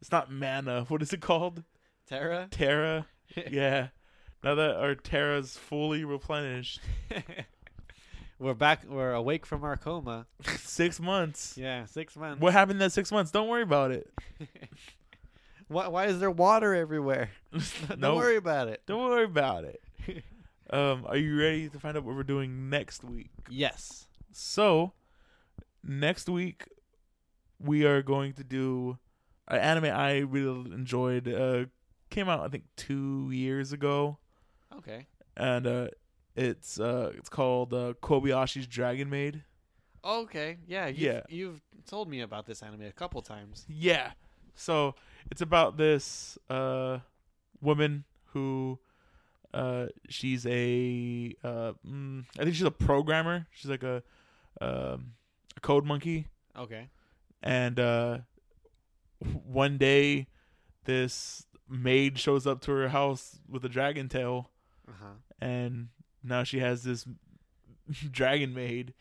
S2: it's not mana. What is it called?
S1: Terra.
S2: Terra. yeah. Now that our Terra's fully replenished,
S1: we're back. We're awake from our coma.
S2: six months.
S1: Yeah, six months.
S2: What happened in that six months? Don't worry about it.
S1: why, why is there water everywhere? Don't
S2: no,
S1: worry about it.
S2: don't worry about it. Um, are you ready to find out what we're doing next week?
S1: Yes.
S2: So, next week we are going to do an anime I really enjoyed. Uh, came out I think two years ago,
S1: Okay.
S2: and uh, it's uh, it's called uh, Kobayashi's Dragon Maid.
S1: Okay. Yeah. You've,
S2: Yeah.
S1: You've told me about this anime a couple times.
S2: Yeah. So it's about this uh woman who uh she's a uh mm, I think she's a programmer. She's like a um a code monkey
S1: Okay.
S2: and uh one day this maid shows up to her house with a dragon tail
S1: Uh
S2: Uh-huh.
S1: huh.
S2: and now she has this dragon maid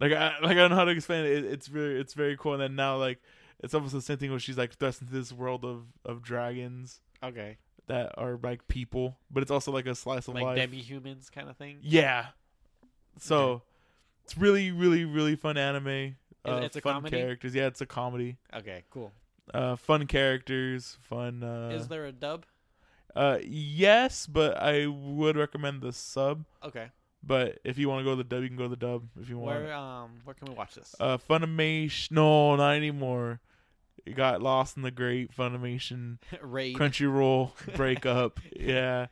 S2: like I like I don't know how to explain it. it. It's really it's very cool. And then now like it's almost the same thing where she's like thrust into this world of of dragons
S1: okay.
S2: that are like people, but it's also like a slice of
S1: Like
S2: life.
S1: demi humans kind of thing.
S2: yeah. So it's really really really fun anime. Uh,
S1: it's a
S2: fun
S1: comedy?
S2: characters. Yeah, it's a comedy.
S1: Okay. Cool.
S2: Uh, fun characters. Fun. Uh,
S1: Is there a dub?
S2: uh, yes, but I would recommend the sub.
S1: Okay.
S2: But if you want to go to the dub, you can go to the dub if you want.
S1: Where um where can we watch this?
S2: uh Funimation. No, not anymore. It got lost in the great Funimation
S1: Raid.
S2: Crunchyroll breakup. yeah.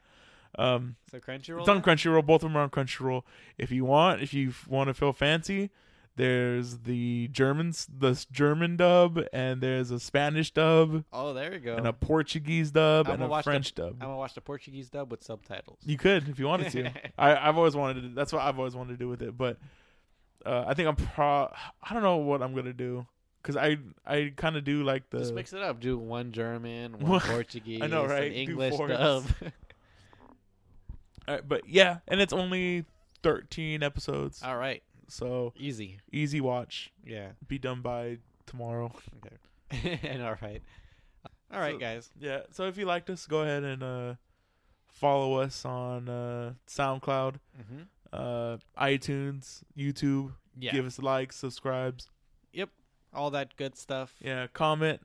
S2: Um,
S1: so Crunchyroll.
S2: it's on
S1: now?
S2: Crunchyroll. Both of them are on Crunchyroll. If you want, if you want to feel fancy, there's the Germans, the German dub, and there's a Spanish dub,
S1: oh, there you go.
S2: and a Portuguese dub,
S1: I'ma
S2: and a
S1: watch the-
S2: French dub.
S1: I'm gonna watch the Portuguese dub with subtitles.
S2: You could if you wanted to. I, I've always wanted to. That's what I've always wanted to do with it. But uh, I think I'm pro. I don't know what I'm gonna do because I I kind of do like the.
S1: Just mix it up. Do one German, one
S2: What?
S1: Portuguese,
S2: I know, right?
S1: An
S2: Do
S1: English
S2: fours.
S1: dub.
S2: All right, but yeah, and it's only 13 episodes,
S1: All right,
S2: so
S1: easy.
S2: easy watch.
S1: Yeah.
S2: Be done by tomorrow.
S1: Okay. and all right, all right,
S2: So-
S1: guys.
S2: Yeah. So if you liked us, go ahead and uh, follow us on uh, SoundCloud,
S1: Mm-hmm.
S2: uh, iTunes, YouTube.
S1: Yeah.
S2: Give us likes, subscribes.
S1: all that good stuff.
S2: Yeah, comment.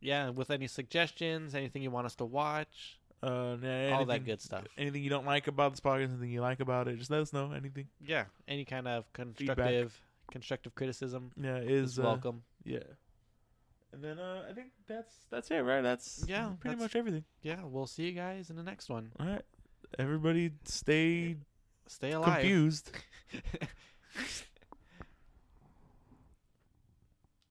S1: Yeah, with any suggestions, anything you want us to watch,
S2: Uh,
S1: all
S2: anything-
S1: that good stuff.
S2: anything you don't like about this podcast, anything you like about it, just let us know. Anything,
S1: Yeah, any kind of constructive constructive criticism
S2: yeah,
S1: is,
S2: is, uh,
S1: welcome.
S2: Yeah, and then uh, I think that's that's it, right? That's
S1: Yeah,
S2: pretty
S1: that's-
S2: much everything.
S1: Yeah, we'll see you guys in the next one.
S2: All right, everybody, stay
S3: Stay alive.
S1: confused.